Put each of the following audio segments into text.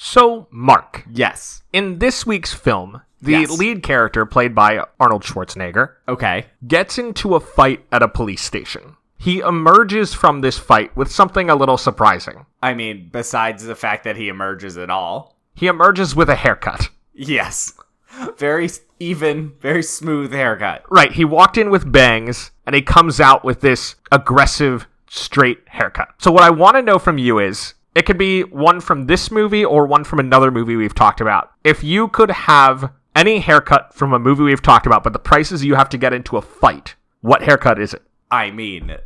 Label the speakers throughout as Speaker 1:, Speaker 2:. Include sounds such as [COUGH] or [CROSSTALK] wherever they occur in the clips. Speaker 1: So, Mark,
Speaker 2: Yes.
Speaker 1: in this week's film, the
Speaker 2: Yes.
Speaker 1: lead character, played by Arnold Schwarzenegger,
Speaker 2: Okay.
Speaker 1: gets into a fight at a police station. He emerges from this fight with something a little surprising.
Speaker 2: I mean, besides the fact that he emerges at all.
Speaker 1: He emerges with a haircut.
Speaker 2: Yes. Very s- even, very smooth haircut.
Speaker 1: Right, he walked in with bangs and he comes out with this aggressive straight haircut. So what I want to know from you is it could be one from this movie or one from another movie we've talked about. If you could have any haircut from a movie we've talked about, but the prices you have to get into a fight, what haircut is it?
Speaker 2: I mean,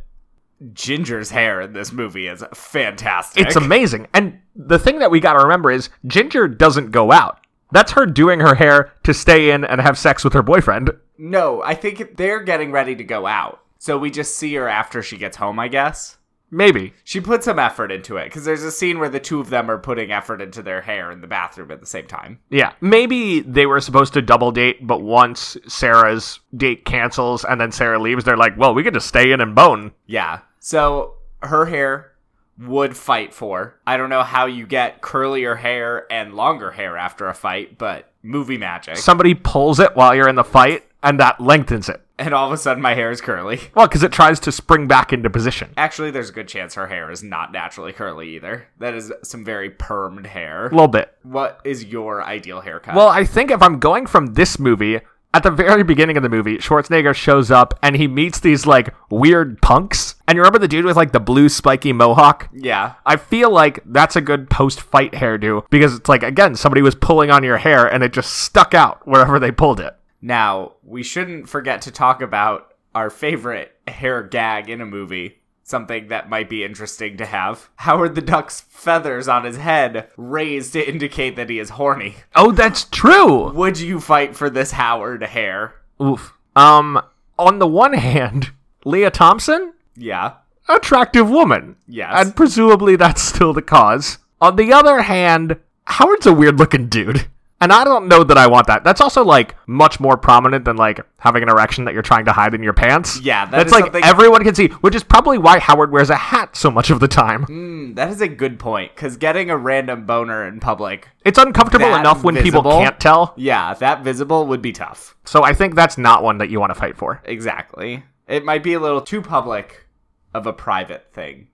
Speaker 2: Ginger's hair in this movie is fantastic.
Speaker 1: It's amazing. And the thing that we got to remember is Ginger doesn't go out. That's her doing her hair to stay in and have sex with her boyfriend.
Speaker 2: no, I think they're getting ready to go out. So we just see her after she gets home, I guess.
Speaker 1: Maybe.
Speaker 2: She put some effort into it because there's a scene where the two of them are putting effort into their hair in the bathroom at the same time.
Speaker 1: Yeah. Maybe they were supposed to double date, but once Sarah's date cancels and then Sarah leaves, they're like, well, we could just stay in and bone.
Speaker 2: Yeah. So her hair would fight for. I don't know how you get curlier hair and longer hair after a fight, but movie magic.
Speaker 1: Somebody pulls it while you're in the fight, and that lengthens it.
Speaker 2: and all of a sudden my hair is curly.
Speaker 1: Well, because it tries to spring back into position.
Speaker 2: Actually, there's a good chance her hair is not naturally curly either. That is some very permed hair.
Speaker 1: A little bit.
Speaker 2: What is your ideal haircut?
Speaker 1: Well, I think if I'm going from this movie, at the very beginning of the movie, Schwarzenegger shows up and he meets these like weird punks. And you remember the dude with like the blue spiky mohawk?
Speaker 2: yeah.
Speaker 1: I feel like that's a good post fight hairdo because it's like, again, somebody was pulling on your hair and it just stuck out wherever they pulled it.
Speaker 2: Now, we shouldn't forget to talk about our favorite hair gag in a movie. Something that might be interesting to have. Howard the Duck's feathers on his head raised to indicate that he is horny.
Speaker 1: Oh, that's true.
Speaker 2: Would you fight for this Howard hair?
Speaker 1: Oof. Um, on the one hand, Leah Thompson,
Speaker 2: Yeah.
Speaker 1: attractive woman.
Speaker 2: Yes.
Speaker 1: And presumably that's still the cause. On the other hand, Howard's a weird looking dude. And I don't know that I want that. That's also like much more prominent than like having an erection that you're trying to hide in your pants.
Speaker 2: Yeah, that
Speaker 1: that's
Speaker 2: is
Speaker 1: like
Speaker 2: something-
Speaker 1: everyone can see, which is probably why Howard wears a hat so much of the time.
Speaker 2: Hmm, that is a good point, because getting a random boner in public,
Speaker 1: It's uncomfortable
Speaker 2: That
Speaker 1: enough when people
Speaker 2: visible?
Speaker 1: can't tell.
Speaker 2: yeah, that visible would be tough.
Speaker 1: So I think that's not one that you want to fight for.
Speaker 2: Exactly. It might be a little too public of a private thing.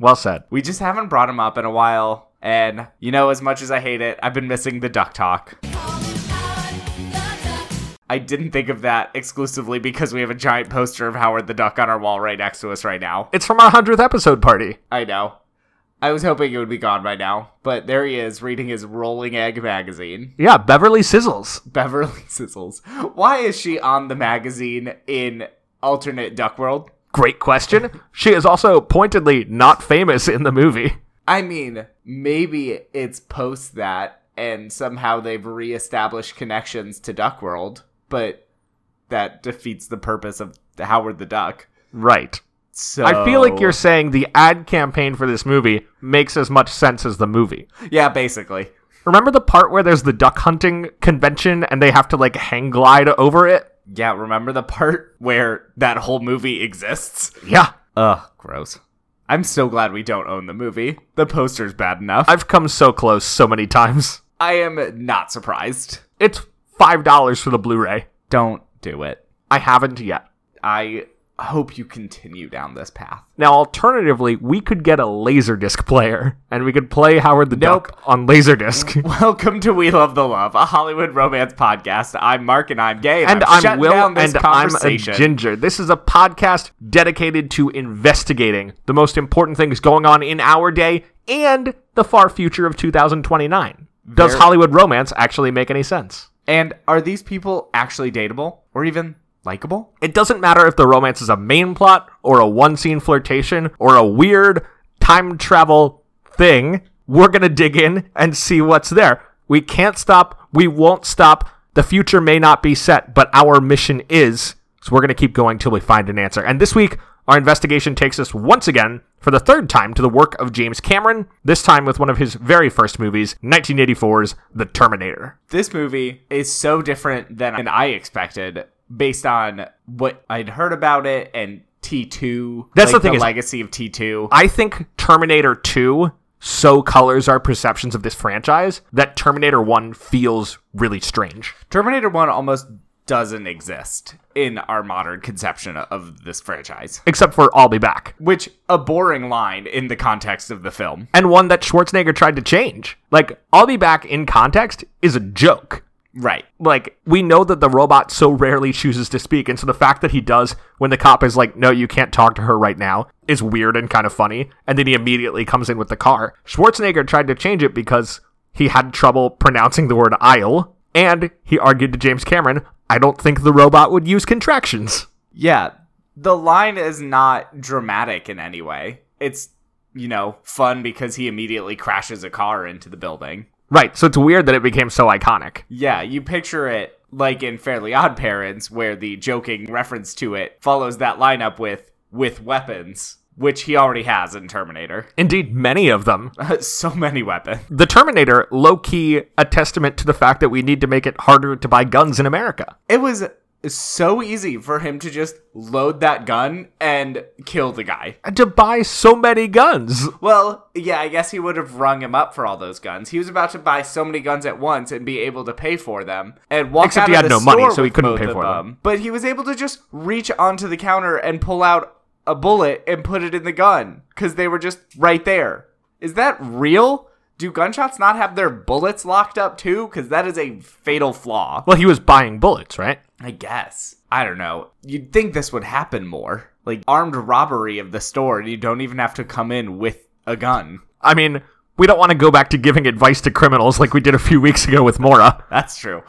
Speaker 1: Well said.
Speaker 2: We just haven't brought him up in a while. And, you know, as much as I hate it, I've been missing the duck talk. I didn't think of that exclusively because we have a giant poster of Howard the Duck on our wall right next to us right now.
Speaker 1: It's from our 100th episode party.
Speaker 2: I know. I was hoping it would be gone by now, but there he is reading his Rolling Egg magazine. [LAUGHS]
Speaker 1: Yeah, Beverly Sizzles.
Speaker 2: Beverly Sizzles. Why is she on the magazine in alternate Duck World?
Speaker 1: Great question. She is also pointedly not famous in the movie.
Speaker 2: I mean, maybe it's post that and somehow they've reestablished connections to Duck World, but that defeats the purpose of Howard the Duck.
Speaker 1: Right.
Speaker 2: So
Speaker 1: I feel like
Speaker 2: Oh.
Speaker 1: you're saying the ad campaign for this movie makes as much sense as the movie.
Speaker 2: Yeah, basically.
Speaker 1: Remember the part where there's the duck hunting convention and they have to like hang glide over it?
Speaker 2: Yeah, remember the part where that whole movie exists?
Speaker 1: Yeah.
Speaker 2: Ugh, gross. I'm so glad we don't own the movie. The poster's bad enough.
Speaker 1: I've come so close so many times.
Speaker 2: I am not surprised.
Speaker 1: It's $5 for the Blu ray.
Speaker 2: Don't do it.
Speaker 1: I haven't yet.
Speaker 2: I hope you continue down this path.
Speaker 1: Now, alternatively, we could get a Laserdisc player and we could play Howard the
Speaker 2: Nope.
Speaker 1: Duck on
Speaker 2: [LAUGHS]
Speaker 1: Laserdisc.
Speaker 2: Welcome to We Love the Love, a Hollywood romance podcast. I'm Mark and I'm gay.
Speaker 1: And
Speaker 2: I'm,
Speaker 1: I'm,
Speaker 2: shutting
Speaker 1: Will,
Speaker 2: down this
Speaker 1: and I'm a
Speaker 2: conversation.
Speaker 1: Ginger. This is a podcast dedicated to investigating the most important things going on in our day and the far future of 2029. Does
Speaker 2: Very-
Speaker 1: Hollywood romance actually make any sense?
Speaker 2: and are these people actually dateable or even likable?
Speaker 1: It doesn't matter if the romance is a main plot or a one scene flirtation or a weird time travel thing. We're going to dig in and see what's there. We can't stop. We won't stop. The future may not be set, but our mission is. So we're going to keep going till we find an answer. And this week, our investigation takes us once again, for the third time, to the work of James Cameron, this time with one of his very first movies, 1984's The Terminator.
Speaker 2: This movie is so different than I expected based on what I'd heard about it and T2.
Speaker 1: That's
Speaker 2: like
Speaker 1: the thing is-
Speaker 2: legacy of T2.
Speaker 1: I think Terminator 2 so colors our perceptions of this franchise that Terminator 1 feels really strange.
Speaker 2: Terminator 1 almost doesn't exist in our modern conception of this franchise,
Speaker 1: Except for I'll be back.
Speaker 2: which a boring line in the context of the film.
Speaker 1: And one that Schwarzenegger tried to change. Like, I'll be back in context is a joke.
Speaker 2: Right.
Speaker 1: Like, we know that the robot so rarely chooses to speak, and so the fact that he does when the cop is like, no, you can't talk to her right now, is weird and kind of funny, and then he immediately comes in with the car. Schwarzenegger tried to change it because he had trouble pronouncing the word aisle, and he argued to James Cameron, I don't think the robot would use contractions.
Speaker 2: Yeah. The line is not dramatic in any way. It's, you know, fun because he immediately crashes a car into the building.
Speaker 1: Right, so it's weird that it became so iconic.
Speaker 2: Yeah, you picture it like in Fairly Odd Parents, where the joking reference to it follows that lineup with with weapons, which he already has in Terminator. [LAUGHS]
Speaker 1: Indeed, many of them.
Speaker 2: so many weapons.
Speaker 1: The Terminator, low key, a testament to the fact that we need to make it harder to buy guns in America.
Speaker 2: It was so easy for him to just load that gun and kill the guy.
Speaker 1: And to buy so many guns.
Speaker 2: Well, yeah, I guess he would have rung him up for all those guns. He was about to buy so many guns at once and be able to pay for them and walk
Speaker 1: Except
Speaker 2: out
Speaker 1: he
Speaker 2: of
Speaker 1: had
Speaker 2: the
Speaker 1: no money,
Speaker 2: store
Speaker 1: so he
Speaker 2: with
Speaker 1: couldn't
Speaker 2: both
Speaker 1: pay
Speaker 2: of
Speaker 1: for them.
Speaker 2: But he was able to just reach onto the counter and pull out a bullet and put it in the gun because they were just right there. Is that real? Do gunshots not have their bullets locked up too? Because that is a fatal flaw.
Speaker 1: Well, he was buying bullets, right?
Speaker 2: I guess. I don't know. You'd think this would happen more. Like armed robbery of the store, and you don't even have to come in with a gun.
Speaker 1: I mean, we don't want to go back to giving advice to criminals like we did a few weeks ago with Mora.
Speaker 2: [LAUGHS] That's true.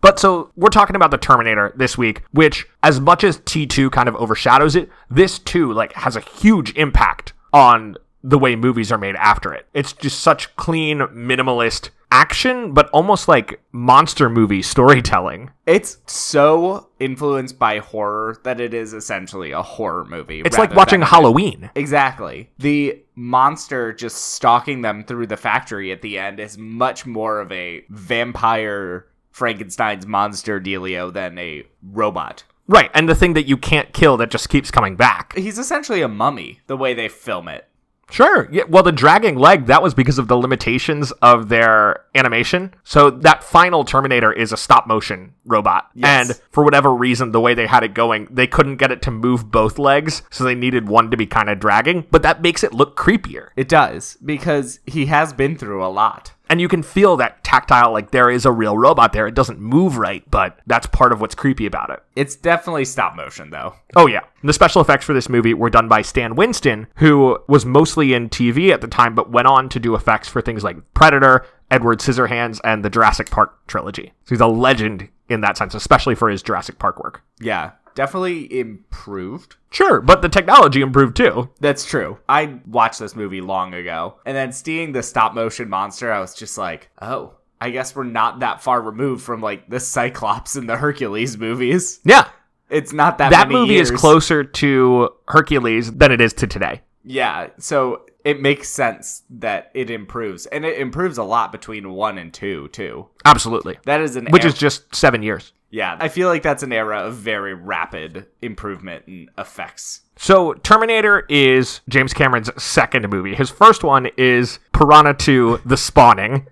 Speaker 1: But so we're talking about the Terminator this week, which as much as T2 kind of overshadows it, this too like has a huge impact on the way movies are made after it. It's just such clean minimalist action but almost like monster movie storytelling.
Speaker 2: it's so influenced by horror that it is essentially a horror movie.
Speaker 1: It's
Speaker 2: rather
Speaker 1: like watching
Speaker 2: than-
Speaker 1: Halloween.
Speaker 2: Exactly. The monster just stalking them through the factory at the end is much more of a vampire Frankenstein's monster dealio than a robot.
Speaker 1: Right, and the thing that you can't kill that just keeps coming back.
Speaker 2: He's essentially a mummy, the way they film it.
Speaker 1: Sure. Yeah, well, the dragging leg, that was because of the limitations of their animation. So that final Terminator is a stop motion robot.
Speaker 2: Yes.
Speaker 1: And for whatever reason, the way they had it going, they couldn't get it to move both legs. So they needed one to be kind of dragging, but that makes it look creepier.
Speaker 2: It does because he has been through a lot.
Speaker 1: And you can feel that tactile, like there is a real robot there. It doesn't move right, but that's part of what's creepy about it.
Speaker 2: It's definitely stop motion though.
Speaker 1: Oh yeah. The special effects for this movie were done by Stan Winston, who was mostly in TV at the time but went on to do effects for things like Predator, Edward Scissorhands and the Jurassic Park trilogy. So he's a legend in that sense, especially for his Jurassic Park work.
Speaker 2: Yeah, definitely improved.
Speaker 1: Sure, but the technology improved too.
Speaker 2: That's true. I watched this movie long ago, and then seeing the stop motion monster, I was just like, oh, I guess we're not that far removed from like the Cyclops and the Hercules movies.
Speaker 1: Yeah.
Speaker 2: It's not that
Speaker 1: That
Speaker 2: many
Speaker 1: movie is
Speaker 2: years.
Speaker 1: closer to Hercules than it is to today.
Speaker 2: Yeah, so it makes sense that it improves, and it improves a lot between one and two too.
Speaker 1: Absolutely.
Speaker 2: That is an
Speaker 1: Which
Speaker 2: era-
Speaker 1: is just 7 years.
Speaker 2: Yeah, I feel like that's an era of very rapid improvement in effects.
Speaker 1: So Terminator is James Cameron's second movie. His first one is Piranha 2: The Spawning,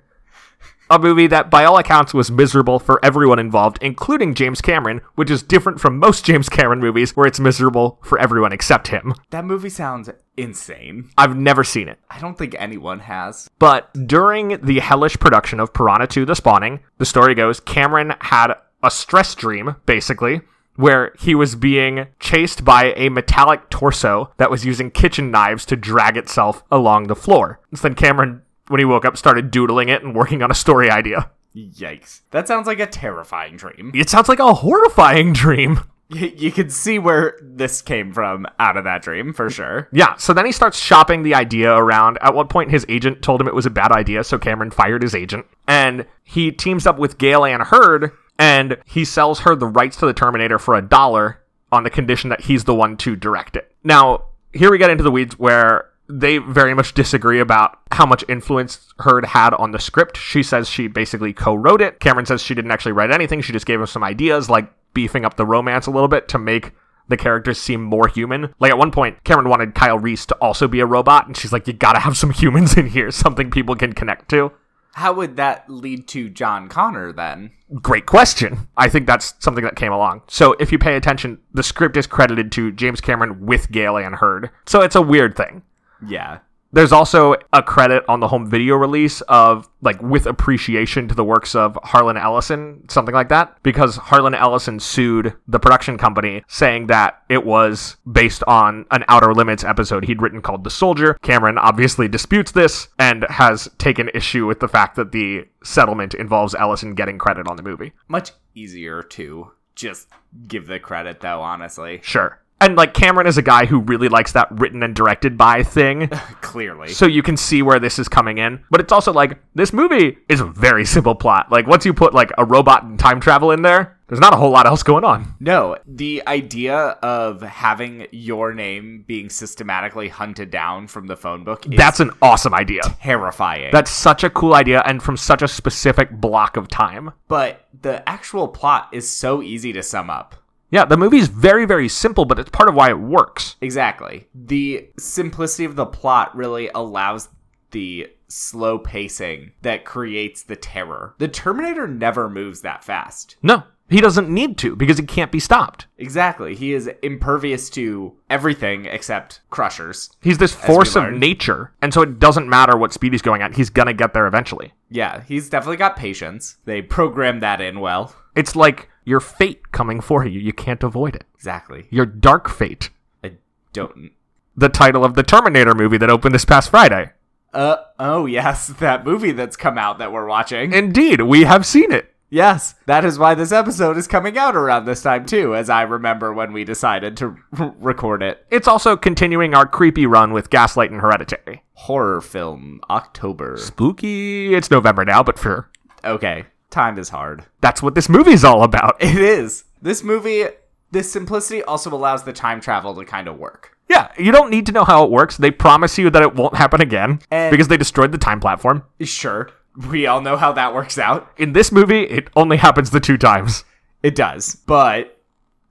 Speaker 1: a movie that by all accounts was miserable for everyone involved, including James Cameron, which is different from most [LAUGHS] James Cameron movies where it's miserable for everyone except him.
Speaker 2: That movie sounds insane.
Speaker 1: I've never seen it.
Speaker 2: I don't think anyone has.
Speaker 1: But during the hellish production of Piranha 2 The Spawning, the story goes Cameron had a stress dream, basically, where he was being chased by a metallic torso that was using kitchen knives to drag itself along the floor. So then Cameron, when he woke up, started doodling it and working on a story idea.
Speaker 2: Yikes. That sounds like a terrifying dream.
Speaker 1: It sounds like a horrifying dream.
Speaker 2: Y- you can see where this came from out of that dream for sure.
Speaker 1: Yeah, so then he starts shopping the idea around. At one point, his agent told him it was a bad idea, so Cameron fired his agent. And he teams up with Gail Ann Hurd, and he sells her the rights to the Terminator for a dollar on the condition that he's the one to direct it. Now, here we get into the weeds where they very much disagree about how much influence Heard had on the script. She says she basically co wrote it. Cameron says she didn't actually write anything, she just gave him some ideas, like beefing up the romance a little bit to make the characters seem more human. Like at one point, Cameron wanted Kyle Reese to also be a robot, and she's like, you gotta have some humans in here, something people can connect to.
Speaker 2: How would that lead to John Connor then?
Speaker 1: Great question. I think that's something that came along. So if you pay attention, the script is credited to James Cameron with Gail Ann Hurd. So it's a weird thing.
Speaker 2: Yeah.
Speaker 1: There's also a credit on the home video release of like with appreciation to the works of Harlan Ellison, something like that, because Harlan Ellison sued the production company saying that it was based on an Outer Limits episode he'd written called The Soldier. Cameron obviously disputes this and has taken issue with the fact that the settlement involves Ellison getting credit on the movie.
Speaker 2: Much easier to just give the credit though, honestly. [LAUGHS]
Speaker 1: Sure. And like Cameron is a guy who really likes that written and directed by thing. [LAUGHS]
Speaker 2: Clearly.
Speaker 1: So you can see where this is coming in. But it's also like this movie is a very simple plot. Like once you put like a robot and time travel in there, there's not a whole lot else going on.
Speaker 2: No, the idea of having your name being systematically hunted down from the phone book is
Speaker 1: That's an awesome idea.
Speaker 2: terrifying.
Speaker 1: That's such a cool idea and from such a specific block of time.
Speaker 2: but the actual plot is so easy to sum up.
Speaker 1: Yeah, the movie's very, very simple, but it's part of why it works.
Speaker 2: Exactly. The simplicity of the plot really allows the slow pacing that creates the terror. The Terminator never moves that fast.
Speaker 1: No, he doesn't need to because it can't be stopped.
Speaker 2: Exactly. He is impervious to everything except crushers.
Speaker 1: He's this force of
Speaker 2: learned.
Speaker 1: nature, and so it doesn't matter what speed he's going at, he's gonna get there eventually.
Speaker 2: Yeah, he's definitely got patience. They programmed that in well.
Speaker 1: It's like your fate coming for you. You can't avoid it.
Speaker 2: Exactly.
Speaker 1: Your dark fate.
Speaker 2: I don't.
Speaker 1: The title of the Terminator movie that opened this past Friday.
Speaker 2: Uh oh yes, [LAUGHS] that movie that's come out that we're watching.
Speaker 1: Indeed, we have seen it.
Speaker 2: yes, that is why this episode is coming out around this time too, as I remember when we decided to [LAUGHS] r- record it.
Speaker 1: It's also continuing our creepy run with Gaslight and Hereditary.
Speaker 2: horror film October.
Speaker 1: Spooky. It's November now, but sure.
Speaker 2: Okay, time is hard. [LAUGHS]
Speaker 1: That's what this movie's all about. [LAUGHS]
Speaker 2: It is. This movie, this simplicity also allows the time travel to kind of work.
Speaker 1: Yeah, you don't need to know how it works. They promise you that it won't happen again
Speaker 2: And-
Speaker 1: because they destroyed the time platform.
Speaker 2: Sure, we all know how that works out.
Speaker 1: In this movie, it only happens the two times.
Speaker 2: It does, but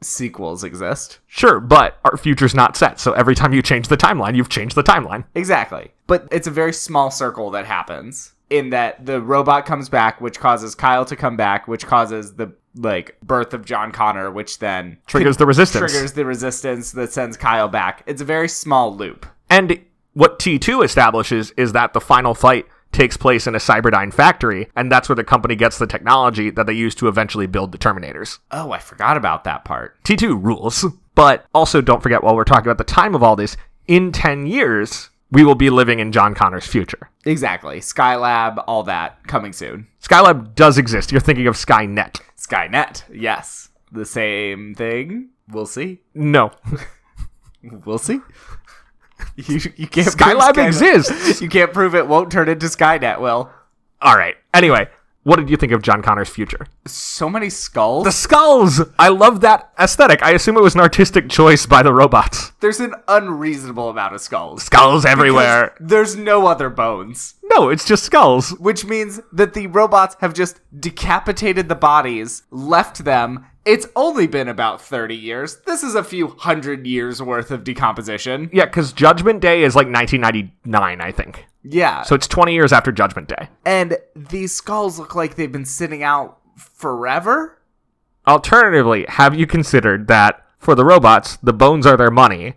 Speaker 2: sequels exist.
Speaker 1: Sure, but our future's not set, so every time you change the timeline, you've changed the timeline.
Speaker 2: Exactly. But it's a very small circle that happens in that the robot comes back, which causes Kyle to come back, which causes the like birth of John Connor, which then
Speaker 1: Triggers the resistance.
Speaker 2: triggers the resistance that sends Kyle back. It's a very small loop.
Speaker 1: And what T2 establishes is that the final fight takes place in a Cyberdyne factory, and that's where the company gets the technology that they use to eventually build the Terminators.
Speaker 2: Oh, I forgot about that part.
Speaker 1: T2 rules. But also, don't forget while we're talking about the time of all this, in 10 years, we will be living in John Connor's future.
Speaker 2: Exactly. Skylab, all that coming soon.
Speaker 1: Skylab does exist. You're thinking of Skynet.
Speaker 2: Skynet, yes. The same thing. We'll see.
Speaker 1: No. [LAUGHS]
Speaker 2: We'll see. [LAUGHS] You, you can't prove
Speaker 1: Skylab
Speaker 2: Skynet-
Speaker 1: exists.
Speaker 2: [LAUGHS] You can't prove it won't turn into Skynet, Will.
Speaker 1: All right. Anyway, what did you think of John Connor's future?
Speaker 2: So many skulls.
Speaker 1: The skulls! I love that aesthetic. I assume it was an artistic choice by the robots.
Speaker 2: There's an unreasonable amount of skulls.
Speaker 1: Skulls everywhere.
Speaker 2: There's no other bones,
Speaker 1: No, it's just skulls.
Speaker 2: which means that the robots have just decapitated the bodies, left them. It's only been about 30 years. This is a few hundred years worth of decomposition.
Speaker 1: Yeah, because Judgment Day is like 1999, I think.
Speaker 2: Yeah.
Speaker 1: So it's 20 years after Judgment Day.
Speaker 2: and these skulls look like they've been sitting out forever.
Speaker 1: Alternatively, have you considered that for the robots, the bones are their money?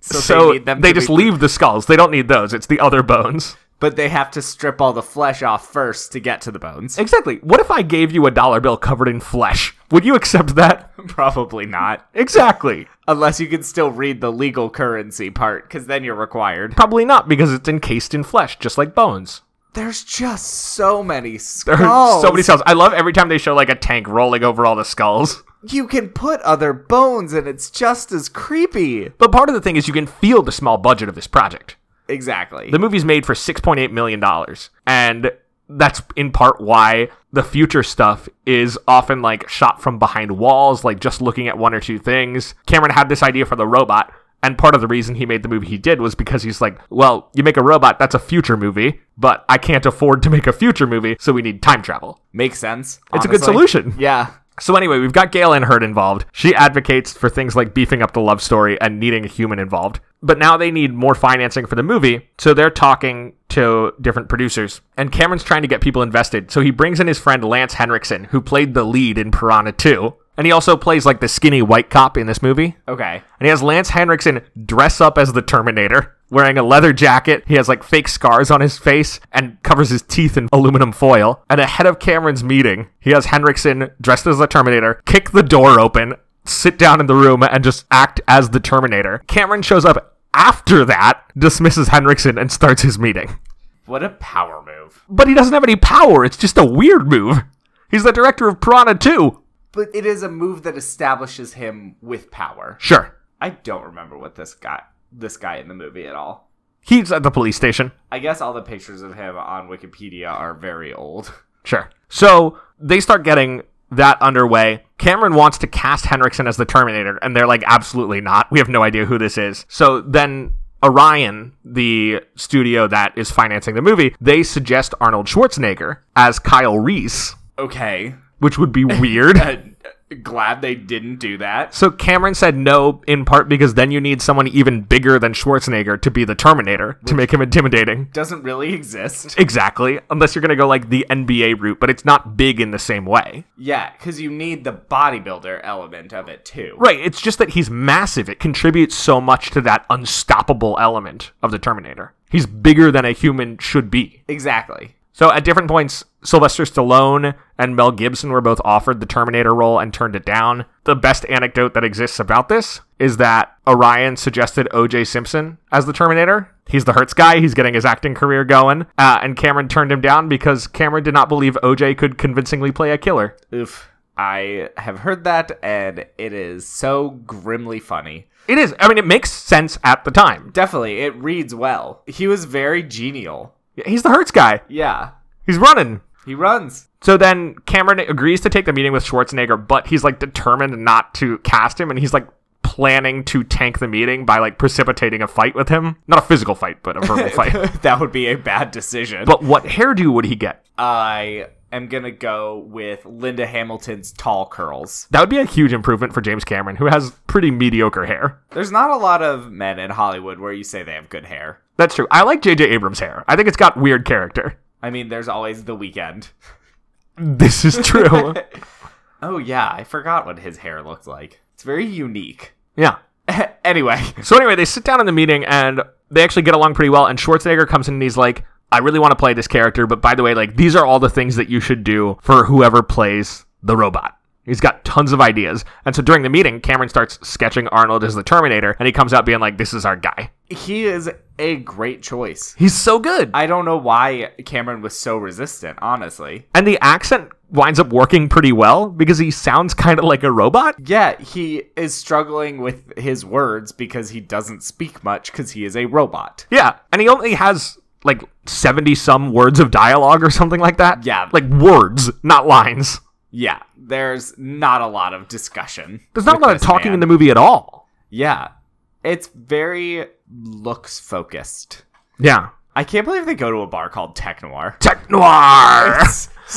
Speaker 2: So,
Speaker 1: so they,
Speaker 2: to
Speaker 1: just
Speaker 2: be-
Speaker 1: leave the skulls. They don't need those. It's the other bones.
Speaker 2: but they have to strip all the flesh off first to get to the bones.
Speaker 1: Exactly. What if I gave you a dollar bill covered in flesh? Would you accept that?
Speaker 2: [LAUGHS] Probably not,
Speaker 1: Exactly.
Speaker 2: unless you can still read the legal currency part, because then you're required.
Speaker 1: Probably not because it's encased in flesh, just like bones.
Speaker 2: There's just so many
Speaker 1: There are
Speaker 2: skulls.
Speaker 1: so many skulls. I love every time they show like a tank rolling over all the skulls.
Speaker 2: You can put other bones, and it's just as creepy.
Speaker 1: But part of the thing is you can feel the small budget of this project.
Speaker 2: Exactly.
Speaker 1: The movie's made for $6.8 million. And that's in part why the future stuff is often like shot from behind walls, like just looking at one or two things. Cameron had this idea for the robot. And part of the reason he made the movie he did was because he's like, well, you make a robot, that's a future movie, but I can't afford to make a future movie, so we need time travel.
Speaker 2: Makes sense.
Speaker 1: It's a good
Speaker 2: honestly.
Speaker 1: solution.
Speaker 2: Yeah.
Speaker 1: So anyway, we've got Gail and Hurd involved. She advocates for things like beefing up the love story and needing a human involved. But now they need more financing for the movie, so they're talking to different producers. And Cameron's trying to get people invested, so he brings in his friend Lance Henriksen, who played the lead in Piranha 2. And he also plays like the skinny white cop in this movie.
Speaker 2: Okay.
Speaker 1: And he has Lance Henriksen dress up as the Terminator, wearing a leather jacket. He has like fake scars on his face and covers his teeth in aluminum foil. And ahead of Cameron's meeting, he has Henriksen dressed as the Terminator kick the door open, sit down in the room, and just act as the Terminator. Cameron shows up after that, dismisses Henriksen, and starts his meeting.
Speaker 2: What a power move.
Speaker 1: But he doesn't have any power. It's just a weird move. He's the director of Piranha 2.
Speaker 2: But it is a move that establishes him with power.
Speaker 1: Sure.
Speaker 2: I don't remember what this guy this guy in the movie at all.
Speaker 1: He's at the police station.
Speaker 2: I guess all the pictures of him on Wikipedia are very old. [LAUGHS]
Speaker 1: Sure. So they start getting that underway. Cameron wants to cast Henriksen as the Terminator, and they're like, absolutely not. We have no idea who this is. So then Orion, the studio that is financing the movie, they suggest Arnold Schwarzenegger as Kyle Reese,
Speaker 2: Okay.
Speaker 1: which would be weird.
Speaker 2: Uh, glad they didn't do that. [LAUGHS]
Speaker 1: So Cameron said no, in part because then you need someone even bigger than Schwarzenegger to be the Terminator to make him intimidating.
Speaker 2: Doesn't really exist. [LAUGHS]
Speaker 1: Exactly, unless you're going to go like the NBA route, but it's not big in the same way.
Speaker 2: Yeah, because you need the bodybuilder element of it too.
Speaker 1: Right. It's just that he's massive. It contributes so much to that unstoppable element of the Terminator. He's bigger than a human should be.
Speaker 2: Exactly.
Speaker 1: So at different points, Sylvester Stallone and Mel Gibson were both offered the Terminator role and turned it down. The best anecdote that exists about this is that Orion suggested O.J. Simpson as the Terminator. He's the Hertz guy. He's getting his acting career going. Uh, and Cameron turned him down because Cameron did not believe O.J. could convincingly play a killer.
Speaker 2: Oof. I have heard that, and it is so grimly funny.
Speaker 1: It is. I mean, it makes sense at the time.
Speaker 2: Definitely, it reads well. He was very genial.
Speaker 1: He's the Hertz guy.
Speaker 2: Yeah,
Speaker 1: He's running.
Speaker 2: he runs. [LAUGHS]
Speaker 1: So then Cameron agrees to take the meeting with Schwarzenegger, but he's like determined not to cast him and he's like planning to tank the meeting by like precipitating a fight with him. Not a physical fight, but a verbal fight.
Speaker 2: that would be a bad decision.
Speaker 1: But what hairdo would he get?
Speaker 2: I am gonna go with Linda Hamilton's tall curls.
Speaker 1: That would be a huge improvement for James Cameron, who has pretty mediocre hair.
Speaker 2: There's not a lot of men in Hollywood where you say they have good hair.
Speaker 1: That's true. I like JJ Abrams' hair. I think it's got weird character.
Speaker 2: I mean, there's always the weekend. [LAUGHS]
Speaker 1: This is true.
Speaker 2: Oh yeah, I forgot what his hair looked like. It's very unique. [LAUGHS]
Speaker 1: yeah.
Speaker 2: anyway, [LAUGHS]
Speaker 1: So anyway, they sit down in the meeting and they actually get along pretty well. And Schwarzenegger comes in and he's like, "I really want to play this character, but by the way, like these are all the things that you should do for whoever plays the robot." He's got tons of ideas. And so during the meeting, Cameron starts sketching Arnold as the Terminator, and he comes out being like, "This is our guy.
Speaker 2: he is a great choice.
Speaker 1: He's so good."
Speaker 2: I don't know why Cameron was so resistant, honestly.
Speaker 1: And the accent winds up working pretty well because he sounds kind of like a robot.
Speaker 2: Yeah, he is struggling with his words because he doesn't speak much because he is a robot.
Speaker 1: Yeah, and he only has like 70 some words of dialogue or something like that.
Speaker 2: Yeah.
Speaker 1: Like words, not lines.
Speaker 2: Yeah, there's not a lot of discussion.
Speaker 1: There's not a
Speaker 2: with
Speaker 1: lot of
Speaker 2: this
Speaker 1: talking
Speaker 2: man.
Speaker 1: in the movie at all.
Speaker 2: Yeah, it's very looks focused.
Speaker 1: Yeah.
Speaker 2: I can't believe they go to a bar called
Speaker 1: [LAUGHS]
Speaker 2: Tech Noir.
Speaker 1: Tech noir. [LAUGHS]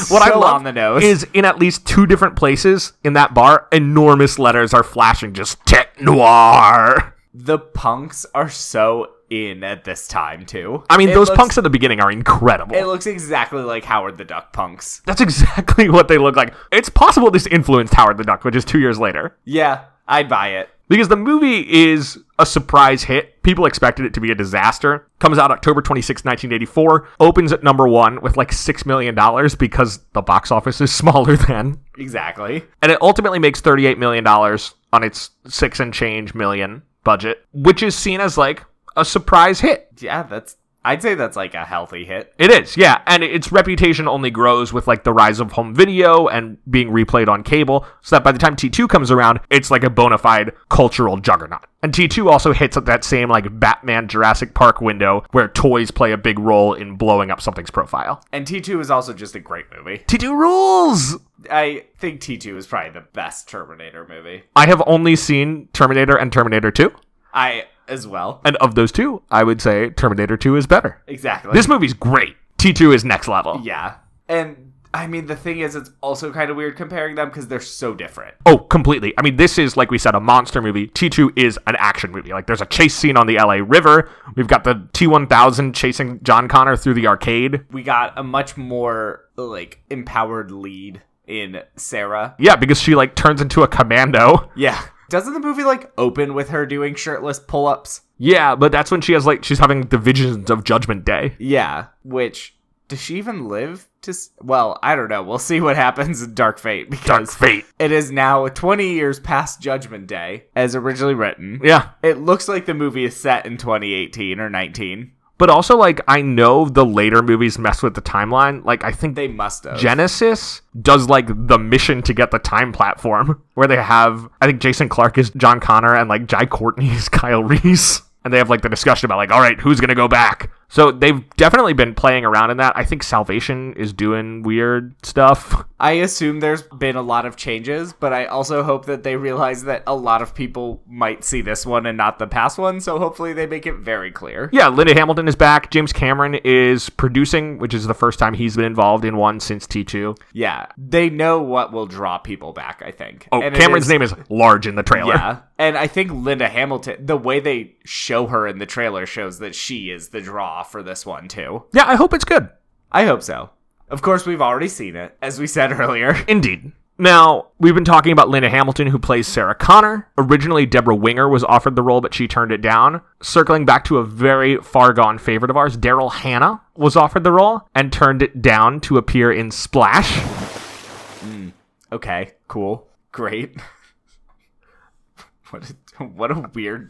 Speaker 2: what I love on the nose
Speaker 1: um, is in at least two different places in that bar, enormous letters are flashing just tech noir.
Speaker 2: the punks are so in at this time too.
Speaker 1: I mean,
Speaker 2: It
Speaker 1: those
Speaker 2: looks-
Speaker 1: punks at the beginning are incredible.
Speaker 2: It looks exactly like Howard the Duck punks.
Speaker 1: That's exactly [LAUGHS] what they look like. It's possible this influenced Howard the Duck, which is two years later.
Speaker 2: Yeah, I'd buy it.
Speaker 1: Because the movie is a surprise hit. People expected it to be a disaster. Comes out October 26, 1984. Opens at number one with like $6 million because the box office is [LAUGHS] smaller then.
Speaker 2: Exactly.
Speaker 1: and it ultimately makes $38 million on its six and change million budget, which is seen as like a surprise hit.
Speaker 2: Yeah, that's. I'd say that's like a healthy hit.
Speaker 1: It is, yeah. And its reputation only grows with like the rise of home video and being replayed on cable, so that by the time T2 comes around, it's like a bona fide cultural juggernaut. And T2 also hits at that same like Batman Jurassic Park window where toys play a big role in blowing up something's profile.
Speaker 2: And T2 is also just a great movie.
Speaker 1: T2 rules!
Speaker 2: I think T2 is probably the best Terminator movie.
Speaker 1: I have only seen Terminator and Terminator 2.
Speaker 2: I as well.
Speaker 1: And of those two, I would say Terminator 2 is better.
Speaker 2: Exactly.
Speaker 1: This movie's great. T2 is next level.
Speaker 2: yeah. And I mean, the thing is, it's also kind of weird comparing them because they're so different.
Speaker 1: Oh, completely. I mean, this is, like we said, a monster movie. T2 is an action movie. Like, there's a chase scene on the LA River. We've got the T 1000 chasing John Connor through the arcade.
Speaker 2: We got a much more like empowered lead in Sarah.
Speaker 1: Yeah, because she, like, turns into a commando.
Speaker 2: Yeah. Doesn't the movie like open with her doing shirtless pull ups?
Speaker 1: Yeah, but that's when she has, like, she's having the visions of Judgment Day.
Speaker 2: Yeah. Which, does she even live to. S- well, I don't know. We'll see what happens in Dark Fate because
Speaker 1: Dark fate.
Speaker 2: it is now 20 years past Judgment Day as originally written.
Speaker 1: Yeah.
Speaker 2: It looks like the movie is set in 2018 or 19.
Speaker 1: But also, like, I know the later movies mess with the timeline. Like, I think
Speaker 2: They must have.
Speaker 1: Genesis does like the mission to get the time platform [LAUGHS] where they have I think Jason Clark is John Connor and like Jai Courtney [LAUGHS] is Kyle Reese and they have like the discussion about like all right who's going to go back. So they've definitely been playing around in that. I think Salvation is doing weird stuff. [LAUGHS]
Speaker 2: I assume there's been a lot of changes, but I also hope that they realize that a lot of people might see this one and not the past one, so hopefully they make it very clear.
Speaker 1: Yeah, Linda Hamilton is back. James Cameron is producing, which is the first time he's been involved in one since T2.
Speaker 2: Yeah, they know what will draw people back, I think.
Speaker 1: Oh,
Speaker 2: And it
Speaker 1: Cameron's
Speaker 2: is-
Speaker 1: name is large in the trailer.
Speaker 2: Yeah. And I think Linda Hamilton, the way they show her in the trailer shows that she is the draw for this one, too.
Speaker 1: Yeah, I hope it's good.
Speaker 2: I hope so. Of course, we've already seen it, as we said earlier.
Speaker 1: Indeed. Now, we've been talking about Linda Hamilton, who plays Sarah Connor. Originally, Deborah Winger was offered the role, but she turned it down. Circling back to a very far gone favorite of ours, Daryl Hannah was offered the role and turned it down to appear in Splash.
Speaker 2: Okay, cool. Great. [LAUGHS] What a, what a weird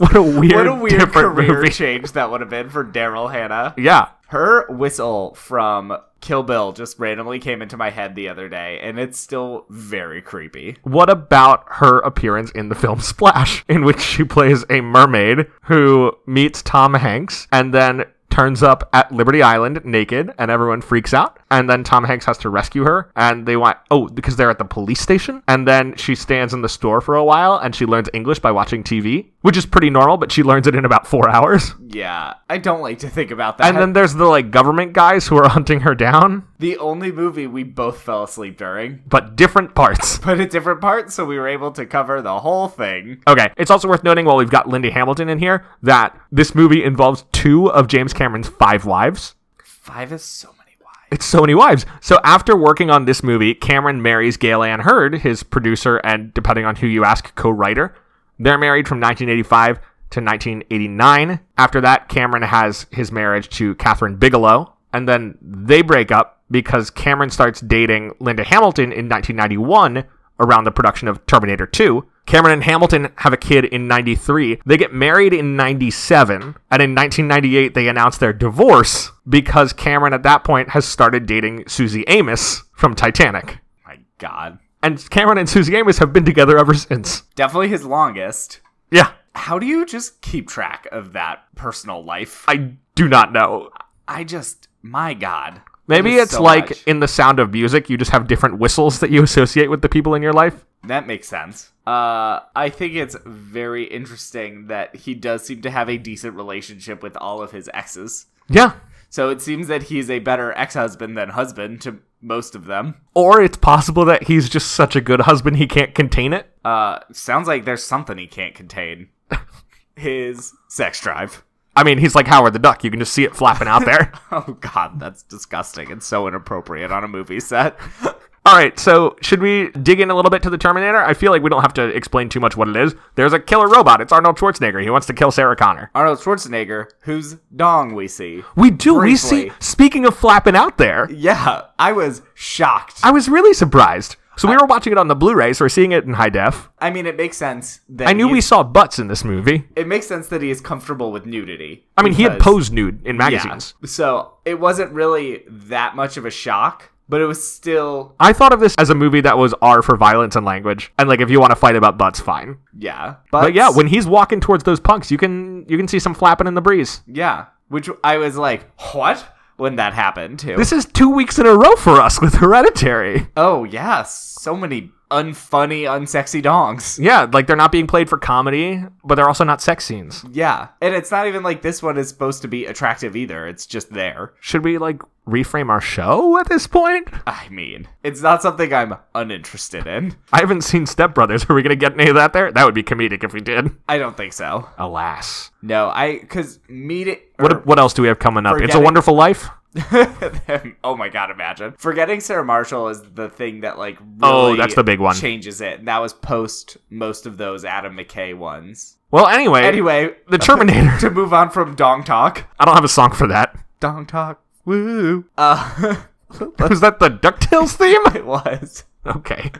Speaker 1: [LAUGHS] What a weird,
Speaker 2: what a weird
Speaker 1: different
Speaker 2: career
Speaker 1: movie.
Speaker 2: [LAUGHS] change that would have been for Daryl Hannah.
Speaker 1: Yeah.
Speaker 2: Her whistle from Kill Bill just randomly came into my head the other day, and it's still very creepy.
Speaker 1: What about her appearance in the film Splash, in which she plays a mermaid who meets Tom Hanks and then turns up at Liberty Island naked and everyone freaks out and then Tom Hanks has to rescue her and they want oh because they're at the police station and then she stands in the store for a while and she learns English by watching TV which is pretty normal but she learns it in about 4 hours
Speaker 2: Yeah, I don't like to think about that.
Speaker 1: and then there's the like government guys who are [LAUGHS] hunting her down
Speaker 2: the only movie we both fell asleep during,
Speaker 1: but different parts
Speaker 2: but at different parts, so we were able to cover the whole thing.
Speaker 1: Okay. It's also worth noting while we've got Lindy Hamilton in here that this movie involves two of James Cameron's five wives.
Speaker 2: Five is so many wives.
Speaker 1: It's so many wives. So after working on this movie, Cameron marries Gail Ann Hurd, his producer and depending on who you ask, co-writer. They're married from 1985 to 1989. After that, Cameron has his marriage to Catherine Bigelow, and then they break up because Cameron starts dating Linda Hamilton in 1991 around the production of Terminator 2. Cameron and Hamilton have a kid in 93. They get married in 97. And in 1998, they announce their divorce because Cameron at that point has started dating Susie Amos from Titanic.
Speaker 2: My god.
Speaker 1: And Cameron and Susie Amos have been together ever since.
Speaker 2: Definitely his longest.
Speaker 1: Yeah,
Speaker 2: How do you just keep track of that personal life?
Speaker 1: I do not know.
Speaker 2: I just, my god.
Speaker 1: Maybe
Speaker 2: There's
Speaker 1: it's
Speaker 2: so
Speaker 1: like
Speaker 2: much.
Speaker 1: in the sound of music, you just have different whistles that you associate with the people in your life.
Speaker 2: That makes sense. Uh, I think it's very interesting that he does seem to have a decent relationship with all of his exes.
Speaker 1: Yeah.
Speaker 2: So it seems that he's a better ex husband than husband to most of them.
Speaker 1: Or it's possible that he's just such a good husband he can't contain it.
Speaker 2: Uh, sounds like there's something he can't contain [LAUGHS] his sex drive. [LAUGHS]
Speaker 1: I mean, he's like Howard the Duck. You can just see it flapping out there.
Speaker 2: Oh, God, that's disgusting and so inappropriate on a movie set. [LAUGHS]
Speaker 1: All right, so should we dig in a little bit to the Terminator? I feel like we don't have to explain too much what it is. There's a killer robot. It's Arnold Schwarzenegger. He wants to kill Sarah Connor.
Speaker 2: Arnold Schwarzenegger, whose dong we see.
Speaker 1: We do. We
Speaker 2: Briefly.
Speaker 1: see. Speaking of flapping out there,
Speaker 2: Yeah, I was shocked.
Speaker 1: I was really surprised. So we were watching it on the Blu-ray, so we're seeing it in high def.
Speaker 2: I mean, it makes sense that
Speaker 1: I knew
Speaker 2: he-
Speaker 1: we saw butts in this movie.
Speaker 2: It makes sense that he is comfortable with nudity.
Speaker 1: I mean, he had
Speaker 2: because-
Speaker 1: posed nude in
Speaker 2: Yeah.
Speaker 1: magazines.
Speaker 2: So it wasn't really that much of a shock, but it was still
Speaker 1: I thought of this as a movie that was R for violence and language, and like if you want to fight about butts, fine.
Speaker 2: yeah.
Speaker 1: But yeah, when he's walking towards those punks, you can you can see some flapping in the breeze.
Speaker 2: yeah, which I was like, what? When that happened too.
Speaker 1: This is two weeks in a row for us with [LAUGHS] Hereditary.
Speaker 2: oh yeah, so many unfunny, unsexy dongs.
Speaker 1: Yeah, like they're not being played for comedy, but they're also not sex scenes.
Speaker 2: Yeah. And it's not even like this one is supposed to be attractive either. It's just there.
Speaker 1: Should we like reframe our show at this point?
Speaker 2: I mean, it's not something I'm uninterested in.
Speaker 1: I haven't seen Step Brothers. [LAUGHS] Are we gonna get any of that there? That would be comedic if we did.
Speaker 2: I don't think so.
Speaker 1: Alas.
Speaker 2: No, I, cause meeting.
Speaker 1: What what else do we have coming up? It's a
Speaker 2: Forgetting-
Speaker 1: Wonderful Life.
Speaker 2: [LAUGHS] oh my god, imagine. Forgetting Sarah Marshall is the thing that like really
Speaker 1: Oh, that's the big one.
Speaker 2: changes it. And that was post most of those Adam McKay ones.
Speaker 1: Well, anyway,
Speaker 2: Anyway,
Speaker 1: the Terminator.
Speaker 2: [LAUGHS] to move on from Dong Talk.
Speaker 1: I don't have a song for that.
Speaker 2: Dong Talk. Woo. Uh [LAUGHS]
Speaker 1: Was that the Ducktales theme? [LAUGHS]
Speaker 2: it was.
Speaker 1: Okay,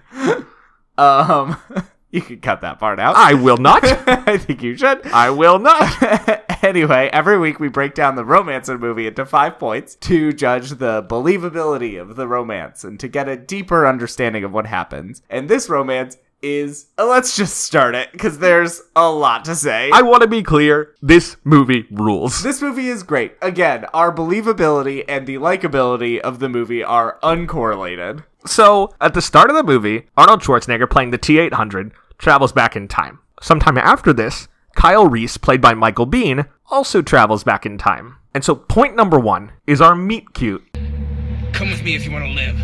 Speaker 2: Um [LAUGHS] you could cut that part out.
Speaker 1: I will not.
Speaker 2: [LAUGHS] I think you should.
Speaker 1: I will not.
Speaker 2: [LAUGHS] anyway, every week we break down the romance in a movie into five points to judge the believability of the romance and to get a deeper understanding of what happens. And this romance is uh, let's just start it because there's a lot to say.
Speaker 1: I want to be clear. This movie rules.
Speaker 2: this movie is great. Again, our believability and the likability of the movie are uncorrelated.
Speaker 1: So, at the start of the movie, Arnold Schwarzenegger playing the T 800 travels back in time. Sometime after this, Kyle Reese, played by Michael Bean, also travels back in time. And so, point number one is our meet cute.
Speaker 3: Come with me if you want to live.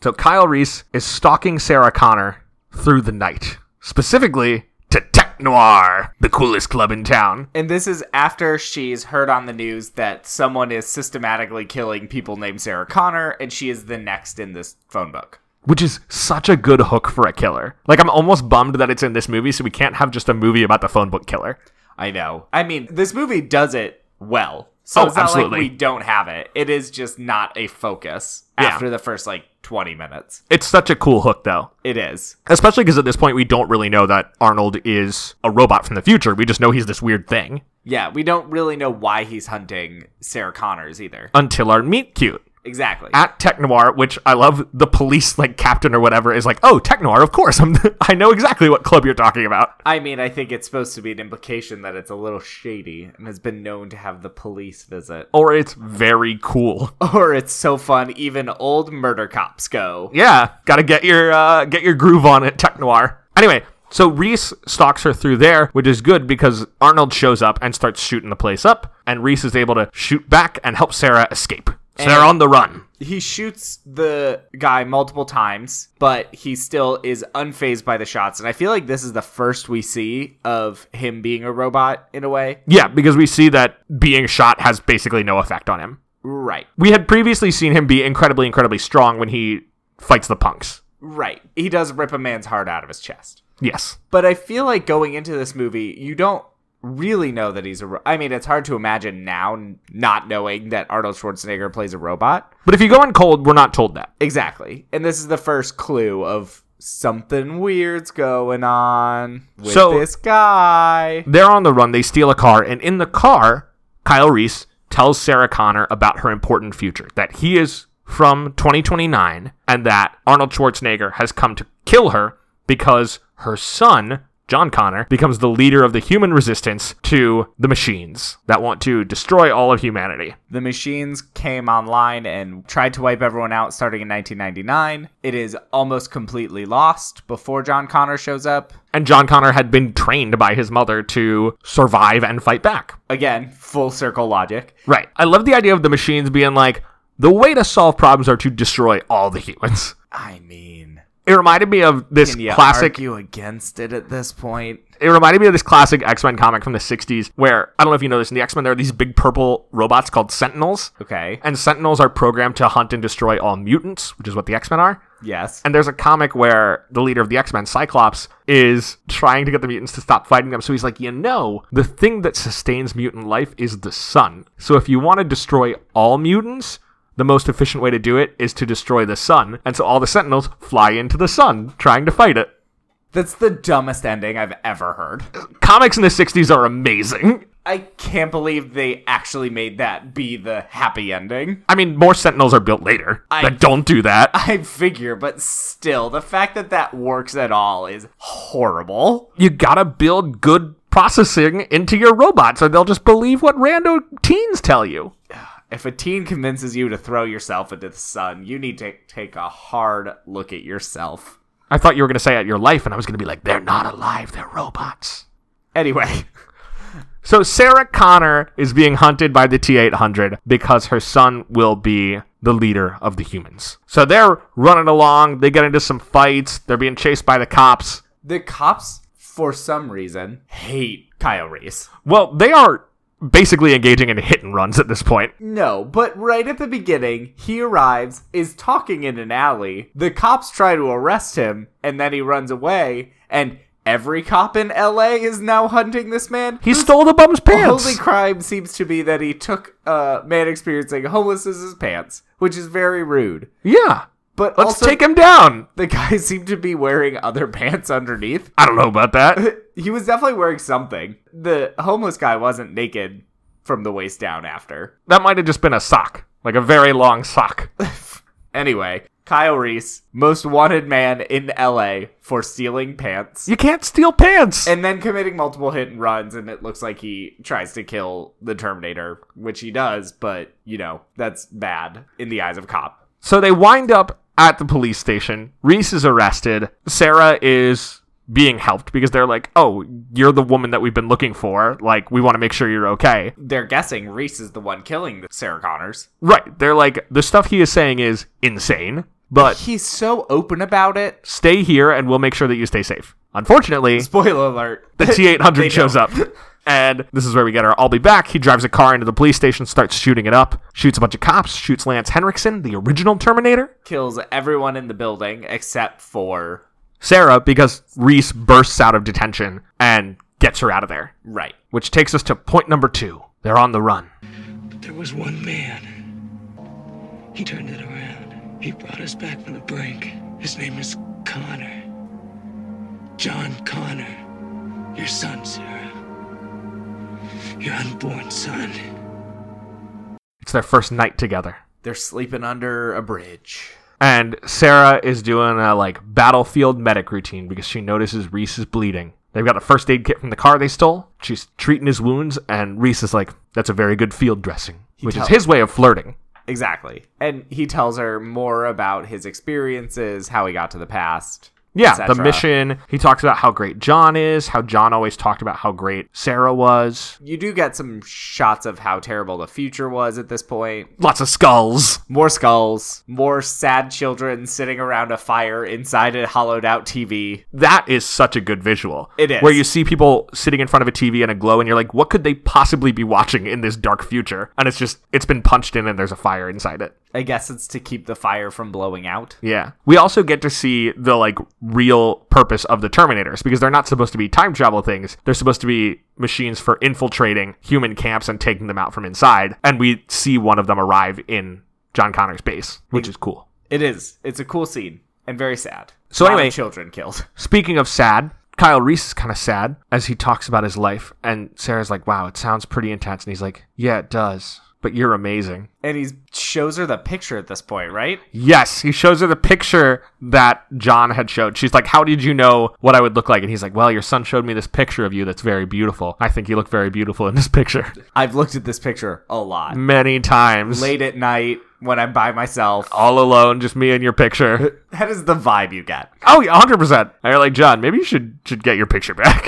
Speaker 1: So, Kyle Reese is stalking Sarah Connor through the night, specifically to Tech Noir, the coolest club in town.
Speaker 2: And this is after she's heard on the news that someone is systematically killing people named Sarah Connor, and she is the next in this phone book.
Speaker 1: which is such a good hook for a killer. Like I'm almost bummed that it's in this movie, so we can't have just a movie about the phone book killer.
Speaker 2: I know. I mean, this movie does it well. So
Speaker 1: Oh,
Speaker 2: it's not
Speaker 1: absolutely.
Speaker 2: like we don't have it. It is just not a focus
Speaker 1: Yeah.
Speaker 2: after the first like 20 minutes.
Speaker 1: It's such a cool hook though.
Speaker 2: It is.
Speaker 1: Especially because at this point we don't really know that Arnold is a robot from the future. We just know he's this weird thing
Speaker 2: Yeah, we don't really know why he's hunting Sarah Connors either.
Speaker 1: until our meet cute
Speaker 2: Exactly.
Speaker 1: at Technoir, which I love. The police like captain or whatever is like, "Oh, Technoir, of course. [LAUGHS] I'm I know exactly what club you're talking about."
Speaker 2: I mean, I think it's supposed to be an implication that it's a little shady and has been known to have the police visit. [LAUGHS]
Speaker 1: Or it's very cool.
Speaker 2: Or it's so fun, even old murder cops go.
Speaker 1: Yeah, gotta get your uh, get your groove on at Tech Noir. Anyway, so Reese stalks her through there, which is good because Arnold shows up and starts shooting the place up, and Reese is able to shoot back and help Sarah escape. So they're on the run.
Speaker 2: he shoots the guy multiple times, but he still is unfazed by the shots. And I feel like this is the first we see of him being a robot in a way.
Speaker 1: Yeah, because we see that being shot has basically no effect on him.
Speaker 2: Right.
Speaker 1: We had previously seen him be incredibly, incredibly strong when he fights the punks.
Speaker 2: Right. He does rip a man's heart out of his chest.
Speaker 1: Yes.
Speaker 2: But I feel like going into this movie, you don't really know that he's a ro- I mean, it's hard to imagine now n- not knowing that Arnold Schwarzenegger plays a robot.
Speaker 1: But if you go in cold, we're not told that.
Speaker 2: Exactly. And this is the first clue of something weird's going on with
Speaker 1: So-
Speaker 2: this guy.
Speaker 1: They're on the run. They steal a car, and in the car, Kyle Reese tells Sarah Connor about her important future that he is from 2029 and that Arnold Schwarzenegger has come to kill her because her son, John Connor, becomes the leader of the human resistance to the machines that want to destroy all of humanity.
Speaker 2: The machines came online and tried to wipe everyone out starting in 1999. It is almost completely lost before John Connor shows up.
Speaker 1: And John Connor had been trained by his mother to survive and fight back.
Speaker 2: Again, full circle logic.
Speaker 1: Right. I love the idea of the machines being like, the way to solve problems are to destroy all the humans.
Speaker 2: I mean,
Speaker 1: it reminded me of this
Speaker 2: can you
Speaker 1: classic
Speaker 2: argue against it at this point?
Speaker 1: it reminded me of this classic x-men comic from the 60s where i don't know if you know this in the x-men there are these big purple robots called sentinels
Speaker 2: Okay.
Speaker 1: and sentinels are programmed to hunt and destroy all mutants which is what the x-men are
Speaker 2: Yes.
Speaker 1: and there's a comic where the leader of the x-men cyclops is trying to get the mutants to stop fighting them so he's like you know the thing that sustains mutant life is the sun so if you want to destroy all mutants the most efficient way to do it is to destroy the sun and so all the sentinels fly into the sun trying to fight it
Speaker 2: That's the dumbest ending I've ever heard.
Speaker 1: comics in the 60s are amazing.
Speaker 2: I can't believe they actually made that be the happy ending. [LAUGHS]
Speaker 1: I mean, more Sentinels are built later
Speaker 2: I-
Speaker 1: that don't do that.
Speaker 2: I figure, but still, the fact that that works at all is horrible.
Speaker 1: You gotta build good processing into your robots, or they'll just believe what rando teens tell you.
Speaker 2: If a teen convinces you to throw yourself into the sun, you need to take a hard look at yourself.
Speaker 1: I thought you were going to say at your life, and I was going to be like, they're not alive, they're robots.
Speaker 2: Anyway, [LAUGHS]
Speaker 1: So Sarah Connor is being hunted by the T 800 because her son will be the leader of the humans. So they're running along, they get into some fights, they're being chased by the cops.
Speaker 2: the cops, for some reason, hate Kyle Reese.
Speaker 1: Well, they are basically engaging in hit and runs at this point.
Speaker 2: No, but right at the beginning, he arrives, is talking in an alley. The cops try to arrest him, and then he runs away. And every cop in LA is now hunting this man. [LAUGHS]
Speaker 1: He stole the bum's
Speaker 2: Oh,
Speaker 1: pants.
Speaker 2: Only crime seems to be that he took a man experiencing homelessness as pants, which is very rude.
Speaker 1: yeah.
Speaker 2: But
Speaker 1: Let's
Speaker 2: also,
Speaker 1: take him down.
Speaker 2: the guy [LAUGHS] seemed to be wearing other pants underneath.
Speaker 1: I don't know about
Speaker 2: [LAUGHS]
Speaker 1: that.
Speaker 2: He was definitely wearing something. The homeless guy wasn't naked from the waist down after.
Speaker 1: That might have just been a sock, like a very long sock.
Speaker 2: Anyway, Kyle Reese, most wanted man in LA for stealing pants.
Speaker 1: You can't steal pants.
Speaker 2: And then committing multiple hit and runs, and it looks like he tries to kill the Terminator, which he does, but, you know, that's bad in the eyes of a cop.
Speaker 1: So they wind up at the police station. Reese is arrested. Sarah is being helped because they're like, "Oh, you're the woman that we've been looking for. Like, we want to make sure you're okay."
Speaker 2: They're guessing Reese is the one killing the Sarah Connors.
Speaker 1: Right. They're like, "The stuff he is saying is insane, but
Speaker 2: He's so open about it. [LAUGHS]
Speaker 1: stay here and we'll make sure that you stay safe." Unfortunately,
Speaker 2: Spoiler alert.
Speaker 1: [LAUGHS] the T800 shows up. And this is where we get our I'll be back. He drives a car into the police station, starts shooting it up, shoots a bunch of cops, shoots Lance Henriksen, the original Terminator.
Speaker 2: Kills everyone in the building except for.
Speaker 1: Sarah because Reese bursts out of detention and gets her out of there.
Speaker 2: Right.
Speaker 1: Which takes us to point number two. They're on the run.
Speaker 3: There was one man. He turned it around. He brought us back from the brink. His name is Connor. John Connor. Your son, Sarah. Your unborn son.
Speaker 1: It's their first night together.
Speaker 2: They're sleeping under a bridge.
Speaker 1: And Sarah is doing a like battlefield medic routine because she notices Reese is bleeding. They've got a first aid kit from the car they stole. She's treating his wounds, and Reese is like, that's a very good field dressing, which is
Speaker 2: tells-
Speaker 1: his way of flirting.
Speaker 2: Exactly. And he tells her more about his experiences, how he got to the past.
Speaker 1: Yeah,
Speaker 2: etc..
Speaker 1: the mission. He talks about how great John is, how John always talked about how great Sarah was.
Speaker 2: You do get some shots of how terrible the future was at this point.
Speaker 1: Lots of skulls.
Speaker 2: More skulls, more sad children sitting around a fire inside a hollowed out TV.
Speaker 1: that is such a good visual.
Speaker 2: It is.
Speaker 1: Where you see people sitting in front of a TV and a glow, and you're like, what could they possibly be watching in this dark future? And it's just, it's been punched in and there's a fire inside it.
Speaker 2: I guess it's to keep the fire from blowing out.
Speaker 1: Yeah. We also get to see the, like, real purpose of the Terminators because they're not supposed to be time travel things. They're supposed to be machines for infiltrating human camps and taking them out from inside. And we see one of them arrive in John Connor's base, which is cool.
Speaker 2: It is. It's a cool scene and very sad.
Speaker 1: So
Speaker 2: A lot of
Speaker 1: anyway-
Speaker 2: children killed.
Speaker 1: Speaking of sad, Kyle Reese is kind of sad as he talks about his life, and Sarah's like, "Wow, it sounds pretty intense," and he's like, "Yeah, it does." But you're amazing.
Speaker 2: And he shows her the picture at this point, right?
Speaker 1: Yes, he shows her the picture that John had showed. She's like, How did you know what I would look like? And he's like, Well, your son showed me this picture of you that's very beautiful. I think you look very beautiful in this picture. [LAUGHS]
Speaker 2: I've looked at this picture a lot.
Speaker 1: Many times.
Speaker 2: Late at night when I'm by myself.
Speaker 1: All alone, just me and your
Speaker 2: [LAUGHS]
Speaker 1: picture.
Speaker 2: That is the vibe you get. [LAUGHS]
Speaker 1: Oh, yeah, 100%. And you're like, John, maybe you should, should get your picture back.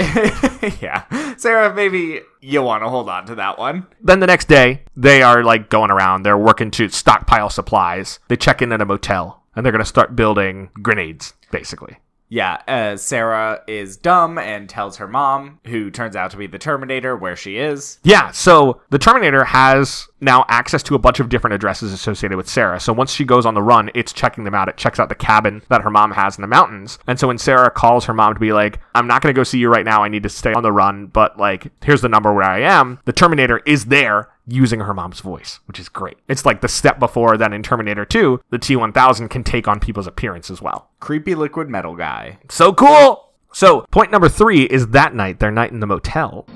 Speaker 2: yeah. Sarah, maybe you want to hold on to that one.
Speaker 1: Then the next day, they are like going around. They're working to stockpile supplies. They check in at a motel and they're going to start building grenades, basically.
Speaker 2: Yeah, uh, Sarah is dumb and tells her mom, who turns out to be the Terminator, where she is.
Speaker 1: Yeah, so the Terminator has now access to a bunch of different addresses associated with Sarah. So once she goes on the run, it's checking them out. It checks out the cabin that her mom has in the mountains. And so when Sarah calls her mom to be like, I'm not going to go see you right now. I need to stay on the run, but like, here's the number where I am, the Terminator is there using her mom's voice, which is great. It's like the step before that in Terminator 2, the T 1000 can take on people's appearance as well.
Speaker 2: Creepy liquid metal guy.
Speaker 1: So cool! So, point number three is that night, their night in the motel.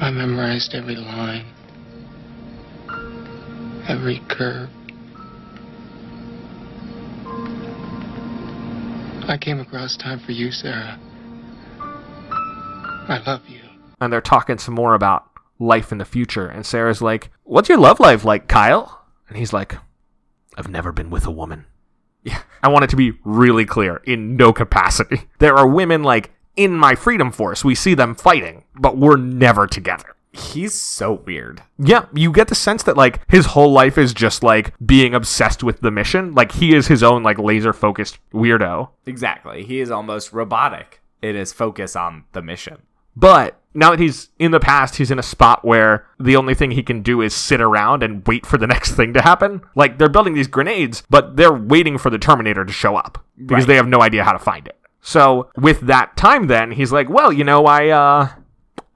Speaker 4: I memorized every line, every curve. I came across time for you, Sarah. I love you.
Speaker 1: and they're talking some more about life in the future. And Sarah's like, What's your love life like, Kyle? And he's like, I've never been with a woman. Yeah. [LAUGHS] I want it to be really clear in no capacity. [LAUGHS] There are women like in my freedom force. We see them fighting, but we're never together.
Speaker 2: He's so weird.
Speaker 1: Yeah, you get the sense that like his whole life is just like being obsessed with the mission. Like he is his own like laser focused weirdo.
Speaker 2: Exactly. He is almost robotic in his focus on the mission.
Speaker 1: But now that he's in the past, he's in a spot where the only thing he can do is sit around and wait for the [LAUGHS] next thing to happen. Like they're building these grenades, but they're waiting for the Terminator to show up because
Speaker 2: Right.
Speaker 1: they have no idea how to find it. So with that time, then he's like, "Well, you know, I uh,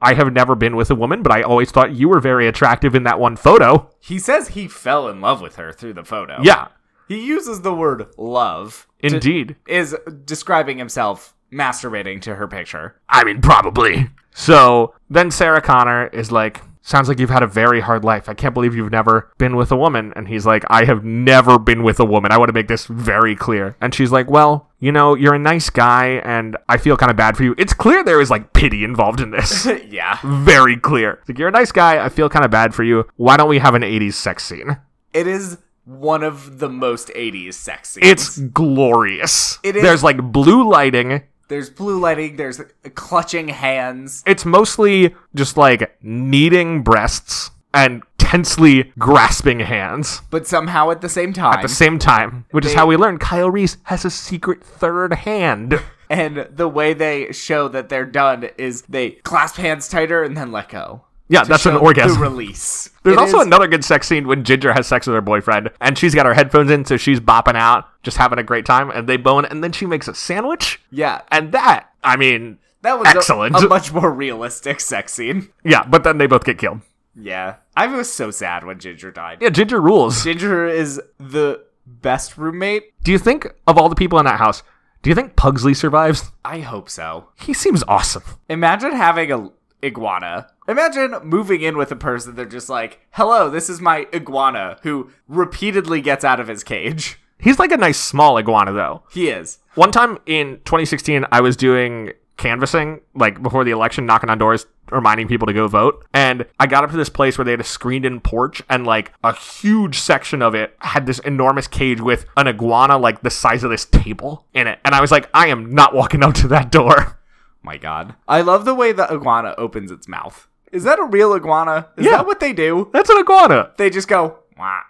Speaker 1: I have never been with a woman, but I always thought you were very attractive in that one photo."
Speaker 2: He says he fell in love with her through the photo.
Speaker 1: Yeah,
Speaker 2: He uses the word love. to-
Speaker 1: indeed.
Speaker 2: is describing himself masturbating to her picture. [LAUGHS]
Speaker 1: I mean, probably. So then Sarah Connor is like, Sounds like you've had a very hard life. I can't believe you've never been with a woman. And he's like, I have never been with a woman. I want to make this very clear. And she's like, Well, you know, you're a nice guy and I feel kind of bad for you. It's clear there is like pity involved in
Speaker 2: [LAUGHS]
Speaker 1: this.
Speaker 2: yeah.
Speaker 1: very clear. It's like, you're a nice guy. I feel kind of bad for you. Why don't we have an 80s sex scene?
Speaker 2: It is one of the most 80s sex scenes.
Speaker 1: It's glorious.
Speaker 2: It is-
Speaker 1: There's like blue lighting.
Speaker 2: there's blue lighting, there's clutching hands.
Speaker 1: it's mostly just like kneading breasts and tensely grasping hands
Speaker 2: But somehow at the same time,
Speaker 1: at the same time, which is
Speaker 2: They-
Speaker 1: how we learn Kyle Reese has a secret third hand.
Speaker 2: and the way they show that they're done is they clasp hands tighter and then let go.
Speaker 1: Yeah,
Speaker 2: to
Speaker 1: that's an
Speaker 2: show
Speaker 1: orgasm.
Speaker 2: The release.
Speaker 1: There's
Speaker 2: It
Speaker 1: also
Speaker 2: is-
Speaker 1: another good sex scene when Ginger has sex with her boyfriend, and she's got her headphones in, so she's bopping out, just having a great time, and they bone, and then she makes a sandwich,
Speaker 2: yeah,
Speaker 1: and that, I mean,
Speaker 2: that was a-
Speaker 1: excellent.
Speaker 2: a much more realistic sex scene.
Speaker 1: yeah, but then they both get killed.
Speaker 2: Yeah, I was so sad when Ginger died.
Speaker 1: Yeah, Ginger rules.
Speaker 2: Ginger is the best roommate.
Speaker 1: do you think of all the people in that house? Do you think Pugsley survives?
Speaker 2: I hope so.
Speaker 1: He seems awesome.
Speaker 2: Imagine having a iguana. Imagine moving in with a person they're just like, "Hello, this is my iguana who repeatedly gets out of his cage." [LAUGHS]
Speaker 1: He's like a nice small iguana though.
Speaker 2: He is.
Speaker 1: One time in 2016, I was doing canvassing, like before the election, knocking on doors, reminding people to go vote. And I got up to this place where they had a screened in porch, and like a huge section of it had this enormous cage with an iguana, like the size of this table in it. And I was like, I am not walking up to that door. [LAUGHS]
Speaker 2: My god. I love the way the iguana opens its mouth. Is that a real iguana? Is
Speaker 1: Yeah.
Speaker 2: that what they do?
Speaker 1: That's an iguana.
Speaker 2: They just go, "Wah."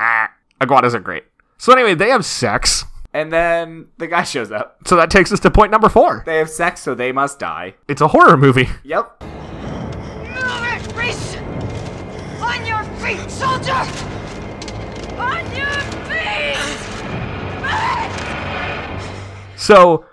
Speaker 1: Ah, iguanas are great. So, anyway, they have sex.
Speaker 2: and then the guy [LAUGHS] shows up.
Speaker 1: So that takes us to point number four.
Speaker 2: They have sex, so they must die.
Speaker 1: It's a horror movie.
Speaker 2: Yep.
Speaker 5: Your feet! On your feet, soldier! On your feet!
Speaker 1: So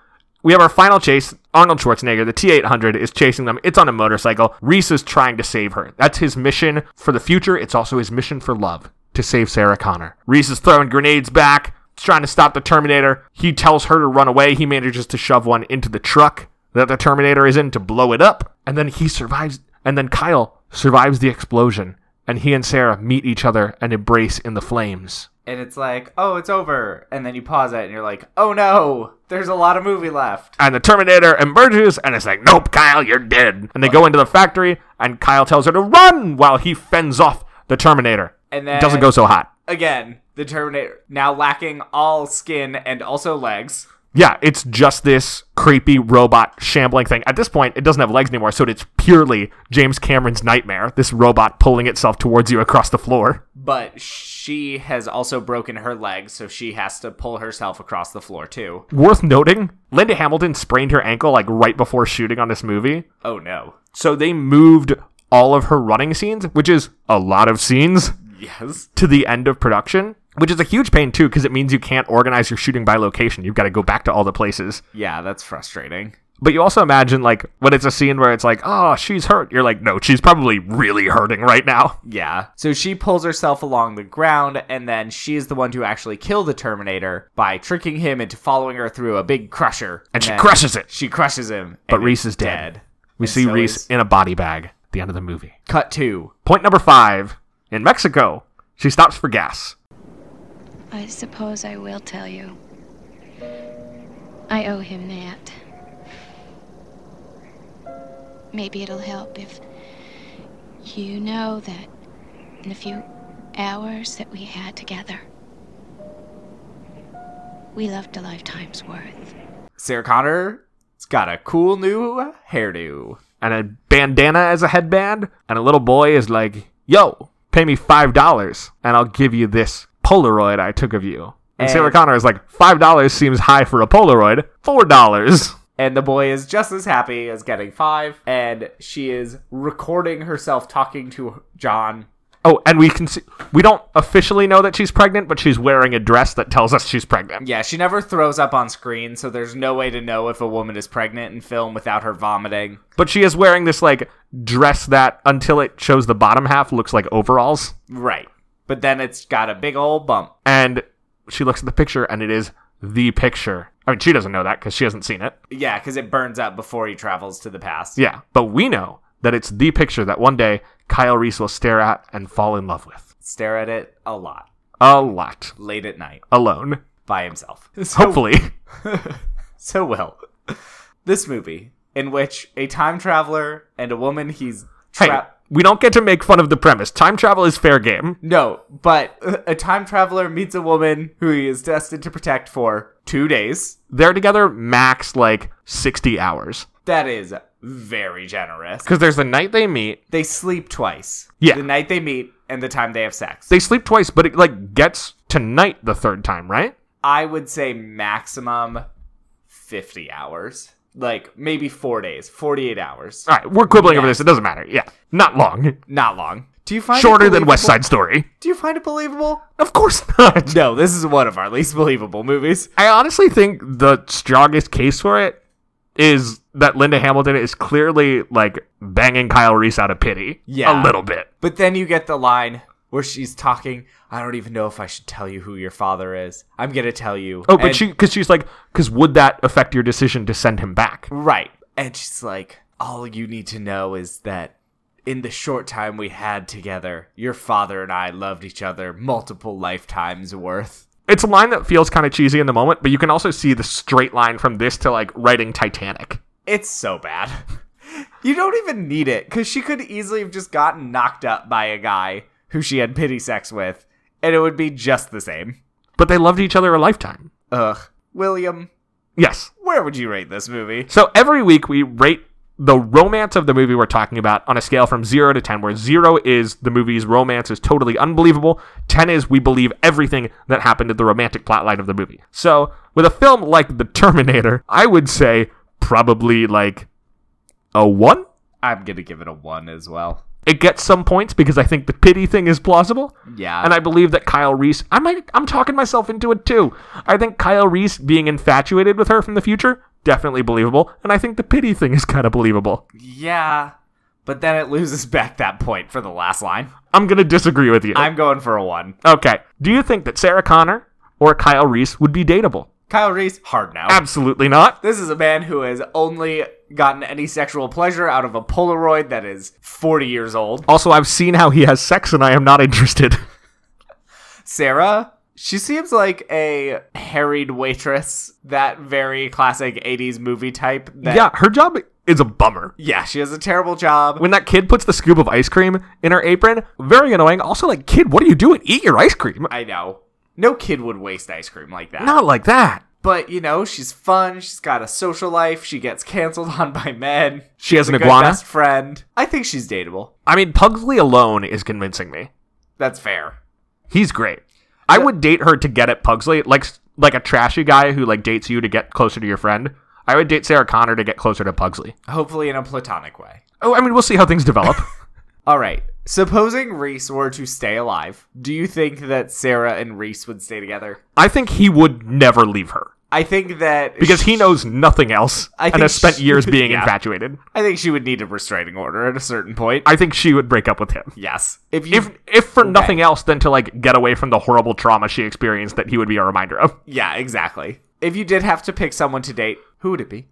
Speaker 1: we have our final chase. Arnold Schwarzenegger, the T 800, is chasing them. It's on a motorcycle. Reese is trying to save her. That's his mission for the future. It's also his mission for love to save Sarah Connor. Reese is throwing grenades back, trying to stop the Terminator. He tells her to run away. He manages to shove one into the truck that the Terminator is in to blow it up. And then he survives. And then Kyle survives the explosion. And he and Sarah meet each other and embrace in the flames.
Speaker 2: And it's like, "Oh, it's over." And then you pause it and you're like, "Oh no, there's a lot of movie left."
Speaker 1: and the Terminator emerges and it's like, nope, Kyle, you're dead. And they go into the factory, and Kyle tells her to run while he fends off the Terminator.
Speaker 2: And then
Speaker 1: It doesn't go so hot.
Speaker 2: again, the Terminator now lacking all skin and also legs.
Speaker 1: Yeah, it's just this creepy robot shambling thing. At this point, it doesn't have legs anymore, so it's purely James Cameron's nightmare. This robot pulling itself towards you across the floor.
Speaker 2: But she has also broken her leg, so she has to pull herself across the floor too.
Speaker 1: Worth noting, Linda Hamilton sprained her ankle like right before shooting on this movie.
Speaker 2: Oh no.
Speaker 1: So they moved all of her running scenes, which is a lot of scenes.
Speaker 2: Yes.
Speaker 1: to the end of production, which is a huge pain too, because it means you can't organize your shooting by location. You've got to go back to all the places.
Speaker 2: Yeah, that's frustrating.
Speaker 1: But you also imagine like when it's a scene where it's like, oh, she's hurt. You're like, no, she's probably really hurting right now.
Speaker 2: Yeah. So she pulls herself along the ground, and then she is the one to actually kill the Terminator by tricking him into following her through a big crusher.
Speaker 1: And she
Speaker 2: then
Speaker 1: crushes it.
Speaker 2: She crushes him.
Speaker 1: But
Speaker 2: and
Speaker 1: Reese
Speaker 2: it's
Speaker 1: is dead. We see
Speaker 2: so
Speaker 1: Reese
Speaker 2: is-
Speaker 1: in a body bag at the end of the movie.
Speaker 2: Cut two.
Speaker 1: Point number five in Mexico, she stops for gas.
Speaker 6: I suppose I will tell you. I owe him that. Maybe it'll help if you know that in the few hours that we had together. We loved a lifetime's worth.
Speaker 2: Sarah Connor has got a cool new hairdo.
Speaker 1: and a bandana as a headband, and a little boy is like, "Yo, pay me five dollars, and I'll give you this Polaroid I took of you." And,
Speaker 2: And-
Speaker 1: Sarah Connor is like, five dollars seems high for a Polaroid. Four dollars.
Speaker 2: And the boy is just as happy as getting five. And she is recording herself talking to John.
Speaker 1: Oh, and we can see we don't officially know that she's pregnant, but she's wearing a dress that tells us she's pregnant.
Speaker 2: Yeah, she never throws up on screen, so there's no way to know if a woman is pregnant in film without her vomiting.
Speaker 1: But she is wearing this like dress that until it shows the bottom half looks like overalls.
Speaker 2: Right. But then it's got a big old bump.
Speaker 1: And she looks at the picture and it is the picture. I mean, she doesn't know that because she hasn't seen it.
Speaker 2: Yeah, because it burns up before he travels to the past.
Speaker 1: Yeah, but we know that it's the picture that one day Kyle Reese will stare at and fall in love with.
Speaker 2: Stare at it a lot,
Speaker 1: A lot.
Speaker 2: late at night,
Speaker 1: Alone.
Speaker 2: by himself. [LAUGHS] So-
Speaker 1: Hopefully.
Speaker 2: [LAUGHS] so well. This movie, in which a time traveler and a woman he's
Speaker 1: [LAUGHS] hey,
Speaker 2: trapped.
Speaker 1: we don't get to make fun of the premise. Time travel is fair game.
Speaker 2: No, but [LAUGHS] a time traveler meets a woman who he is destined to protect for two days.
Speaker 1: They're together max like 60 hours.
Speaker 2: That is very generous.
Speaker 1: Because there's the night they meet.
Speaker 2: They sleep twice.
Speaker 1: Yeah.
Speaker 2: The night they meet and the time they have sex.
Speaker 1: They sleep twice, but it like gets to night the third time, right?
Speaker 2: I would say maximum 50 hours. Like maybe four days, 48 hours.
Speaker 1: All right, we're quibbling over this. It doesn't matter. Yeah. Not long.
Speaker 2: Not long. Do you find it
Speaker 1: Shorter than
Speaker 2: believable?
Speaker 1: West Side Story.
Speaker 2: Do you find it believable?
Speaker 1: Of course [LAUGHS] not.
Speaker 2: No, this is one of our least believable movies.
Speaker 1: I honestly think the strongest case for it is that Linda Hamilton is clearly like banging Kyle Reese out of pity.
Speaker 2: Yeah.
Speaker 1: A little bit.
Speaker 2: But then you get the line where she's talking, I don't even know if I should tell you who your father is. I'm going to tell you.
Speaker 1: Oh, but
Speaker 2: And-
Speaker 1: she, because she's like, because would that affect your decision to send him back?
Speaker 2: Right. And she's like, all you need to know is that in the short time we had together, your father and I loved each other multiple lifetimes worth.
Speaker 1: It's a line that feels kind of cheesy in the moment, but you can also see the straight line from this to like writing Titanic.
Speaker 2: It's so bad. [LAUGHS] you don't even need it because she could easily have just gotten knocked up by a guy who she had pity sex with, and it would be just the same.
Speaker 1: But they loved each other a lifetime.
Speaker 2: Ugh. William,
Speaker 1: Yes.
Speaker 2: where would you rate this movie?
Speaker 1: So every week we rate the romance of the movie we're talking about on a scale from 0 to 10 where 0 is the movie's romance is totally unbelievable 10 is we believe everything that happened to the romantic plotline of the movie so with a film like the terminator i would say probably like a 1
Speaker 2: I'm going to give it a 1 as well.
Speaker 1: it gets some points because i think the pity thing is plausible
Speaker 2: Yeah.
Speaker 1: and I believe that Kyle Reese. I might. I'm talking myself into it too. I think Kyle Reese being infatuated with her from the future definitely believable, and I think the pity thing is kind of believable.
Speaker 2: yeah. But then it loses [LAUGHS] back that point for the last line.
Speaker 1: I'm gonna disagree with you.
Speaker 2: I'm going for a one.
Speaker 1: okay. Do you think that Sarah Connor or Kyle Reese would be dateable?
Speaker 2: Kyle Reese, hard no.
Speaker 1: Absolutely not.
Speaker 2: This is a man who has only gotten any sexual pleasure out of a Polaroid that is 40 years old.
Speaker 1: Also, I've seen how he has sex, and I am not interested.
Speaker 2: Sarah, she seems like a harried waitress, that very classic 80s movie type. That,
Speaker 1: yeah, her job is a bummer.
Speaker 2: Yeah, she has a terrible job.
Speaker 1: When that kid puts the scoop of ice cream in her apron, very annoying. Also, like, kid, what are you doing? Eat your ice cream.
Speaker 2: I know. No kid would waste ice cream like that.
Speaker 1: Not like that.
Speaker 2: But, you know, she's fun. She's got a social life. She gets canceled [LAUGHS] on by men.
Speaker 1: She has
Speaker 2: She's
Speaker 1: an
Speaker 2: a good
Speaker 1: iguana.
Speaker 2: best friend. I think she's dateable.
Speaker 1: I mean, Pugsley alone is convincing me.
Speaker 2: That's fair.
Speaker 1: He's great. I would date her to get at Pugsley, like like a trashy guy who like dates you to get closer to your friend. I would date Sarah Connor to get closer to Pugsley.
Speaker 2: Hopefully in a platonic way.
Speaker 1: Oh, I mean, we'll see how things develop.
Speaker 2: All right. Supposing Reese were to stay alive, do you think that Sarah and Reese would stay together?
Speaker 1: [LAUGHS] I think he would never leave her
Speaker 2: I think that
Speaker 1: because he knows nothing else
Speaker 2: I
Speaker 1: and
Speaker 2: think
Speaker 1: has spent [LAUGHS]
Speaker 2: she-
Speaker 1: years being
Speaker 2: Yeah.
Speaker 1: infatuated.
Speaker 2: I think she would need a restraining order at a certain point.
Speaker 1: I think she would break up with him.
Speaker 2: yes. If you
Speaker 1: If if for nothing else than to like get away from the horrible trauma she experienced that he would be a reminder of.
Speaker 2: Yeah, exactly. If you did have to pick someone to date, who would it be?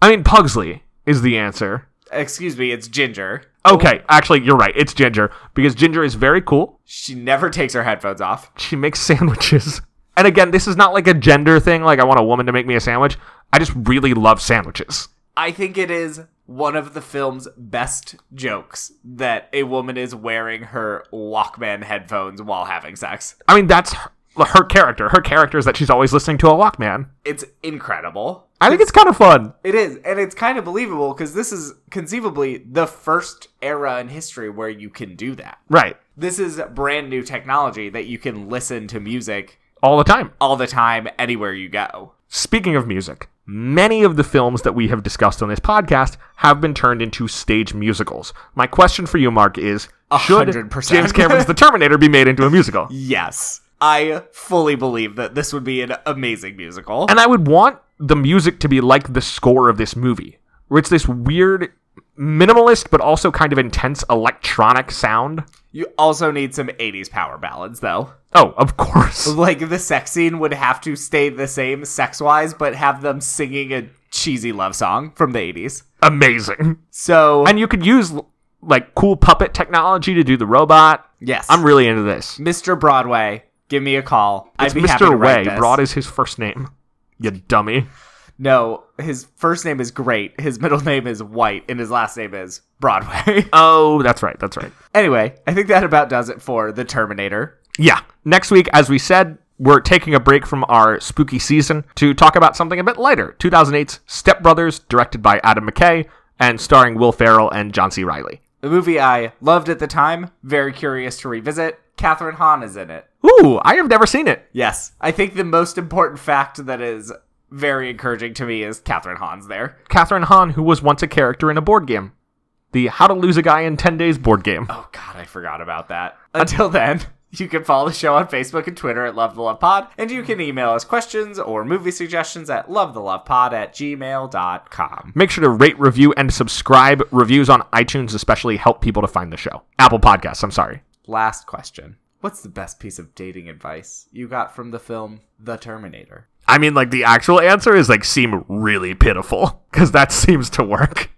Speaker 1: I mean, Pugsley is the answer.
Speaker 2: Excuse me, it's Ginger.
Speaker 1: Okay, actually, you're right. It's Ginger because Ginger is very cool.
Speaker 2: She never takes her headphones off.
Speaker 1: she makes sandwiches. And again, this is not like a gender thing, like I want a woman to make me a sandwich. I just really love sandwiches.
Speaker 2: I think it is one of the film's best jokes that a woman is wearing her Walkman headphones while having sex.
Speaker 1: I mean, that's her, her character. Her character is that she's always listening to a Walkman.
Speaker 2: It's incredible.
Speaker 1: I think it's kind of fun.
Speaker 2: It is, and it's kind of believable because this is conceivably the first era in history where you can do that.
Speaker 1: Right.
Speaker 2: This is brand new technology that you can listen to music
Speaker 1: All the time.
Speaker 2: all the time, anywhere you go.
Speaker 1: Speaking of music, many of the films that we have discussed on this podcast have been turned into stage musicals. My question for you, Mark, is should
Speaker 2: 100%.
Speaker 1: James Cameron's The Terminator be made into a musical?
Speaker 2: Yes. I fully believe that this would be an amazing musical.
Speaker 1: And I would want the music to be like the score of this movie, where it's this weird, minimalist, but also kind of intense electronic sound.
Speaker 2: You also need some 80s power ballads, though.
Speaker 1: Oh, of course.
Speaker 2: [LAUGHS]
Speaker 1: [LAUGHS]
Speaker 2: Like, the sex scene would have to stay the same sex wise, but have them singing a cheesy love song from the 80s.
Speaker 1: Amazing.
Speaker 2: So,
Speaker 1: And you could use like cool puppet technology to do the robot.
Speaker 2: yes.
Speaker 1: I'm really into this.
Speaker 2: Mr. Broadway, give me a call.
Speaker 1: It's
Speaker 2: I'd be happy to
Speaker 1: Mr.
Speaker 2: write
Speaker 1: Way.
Speaker 2: this.
Speaker 1: Broad is his first name. You dummy.
Speaker 2: No, his first name is Great, his [LAUGHS] middle name is White, and his last name is Broadway. [LAUGHS]
Speaker 1: Oh, that's right. That's right.
Speaker 2: anyway, I think that about does it for The Terminator.
Speaker 1: Yeah. Next week, as we said, we're taking a break from our spooky season to talk about something a bit lighter 2008's Step Brothers, directed by Adam McKay and starring Will Ferrell and John C. Riley.
Speaker 2: The movie I loved at the time, very curious to revisit. Catherine Hahn is in it.
Speaker 1: Ooh, I have never seen it.
Speaker 2: Yes. I think the most important fact that is very encouraging to me is Catherine Hahn's there.
Speaker 1: Catherine Hahn, who was once a character in a board game, the How to Lose a Guy in 10 Days board game.
Speaker 2: Oh god, I forgot about that. [LAUGHS] Until then, you can follow the show on Facebook and Twitter at Love the Love Pod, and you can email us questions or movie suggestions at lovethelovepod at gmail.com.
Speaker 1: Make sure to rate, review, and subscribe. Reviews on iTunes especially help people to find the show. Apple Podcasts, I'm sorry.
Speaker 2: Last question. What's the best piece of dating advice you got from the film The Terminator?
Speaker 1: I mean, like, the actual answer is, like, seem really pitiful, because that [LAUGHS] seems to work.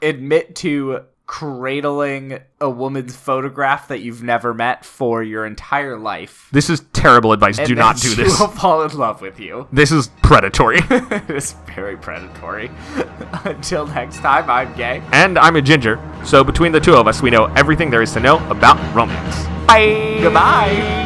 Speaker 2: admit to cradling a woman's photograph that you've never met for your entire life.
Speaker 1: This is terrible advice. Do
Speaker 2: and
Speaker 1: not
Speaker 2: [LAUGHS] then
Speaker 1: do
Speaker 2: she
Speaker 1: this.
Speaker 2: will fall in love with you. [LAUGHS]
Speaker 1: This is predatory. [LAUGHS]
Speaker 2: it's very predatory. [LAUGHS] Until next time, I'm gay.
Speaker 1: and I'm a ginger, so between the two of us, we know everything there is to know about romance.
Speaker 2: Bye. Goodbye.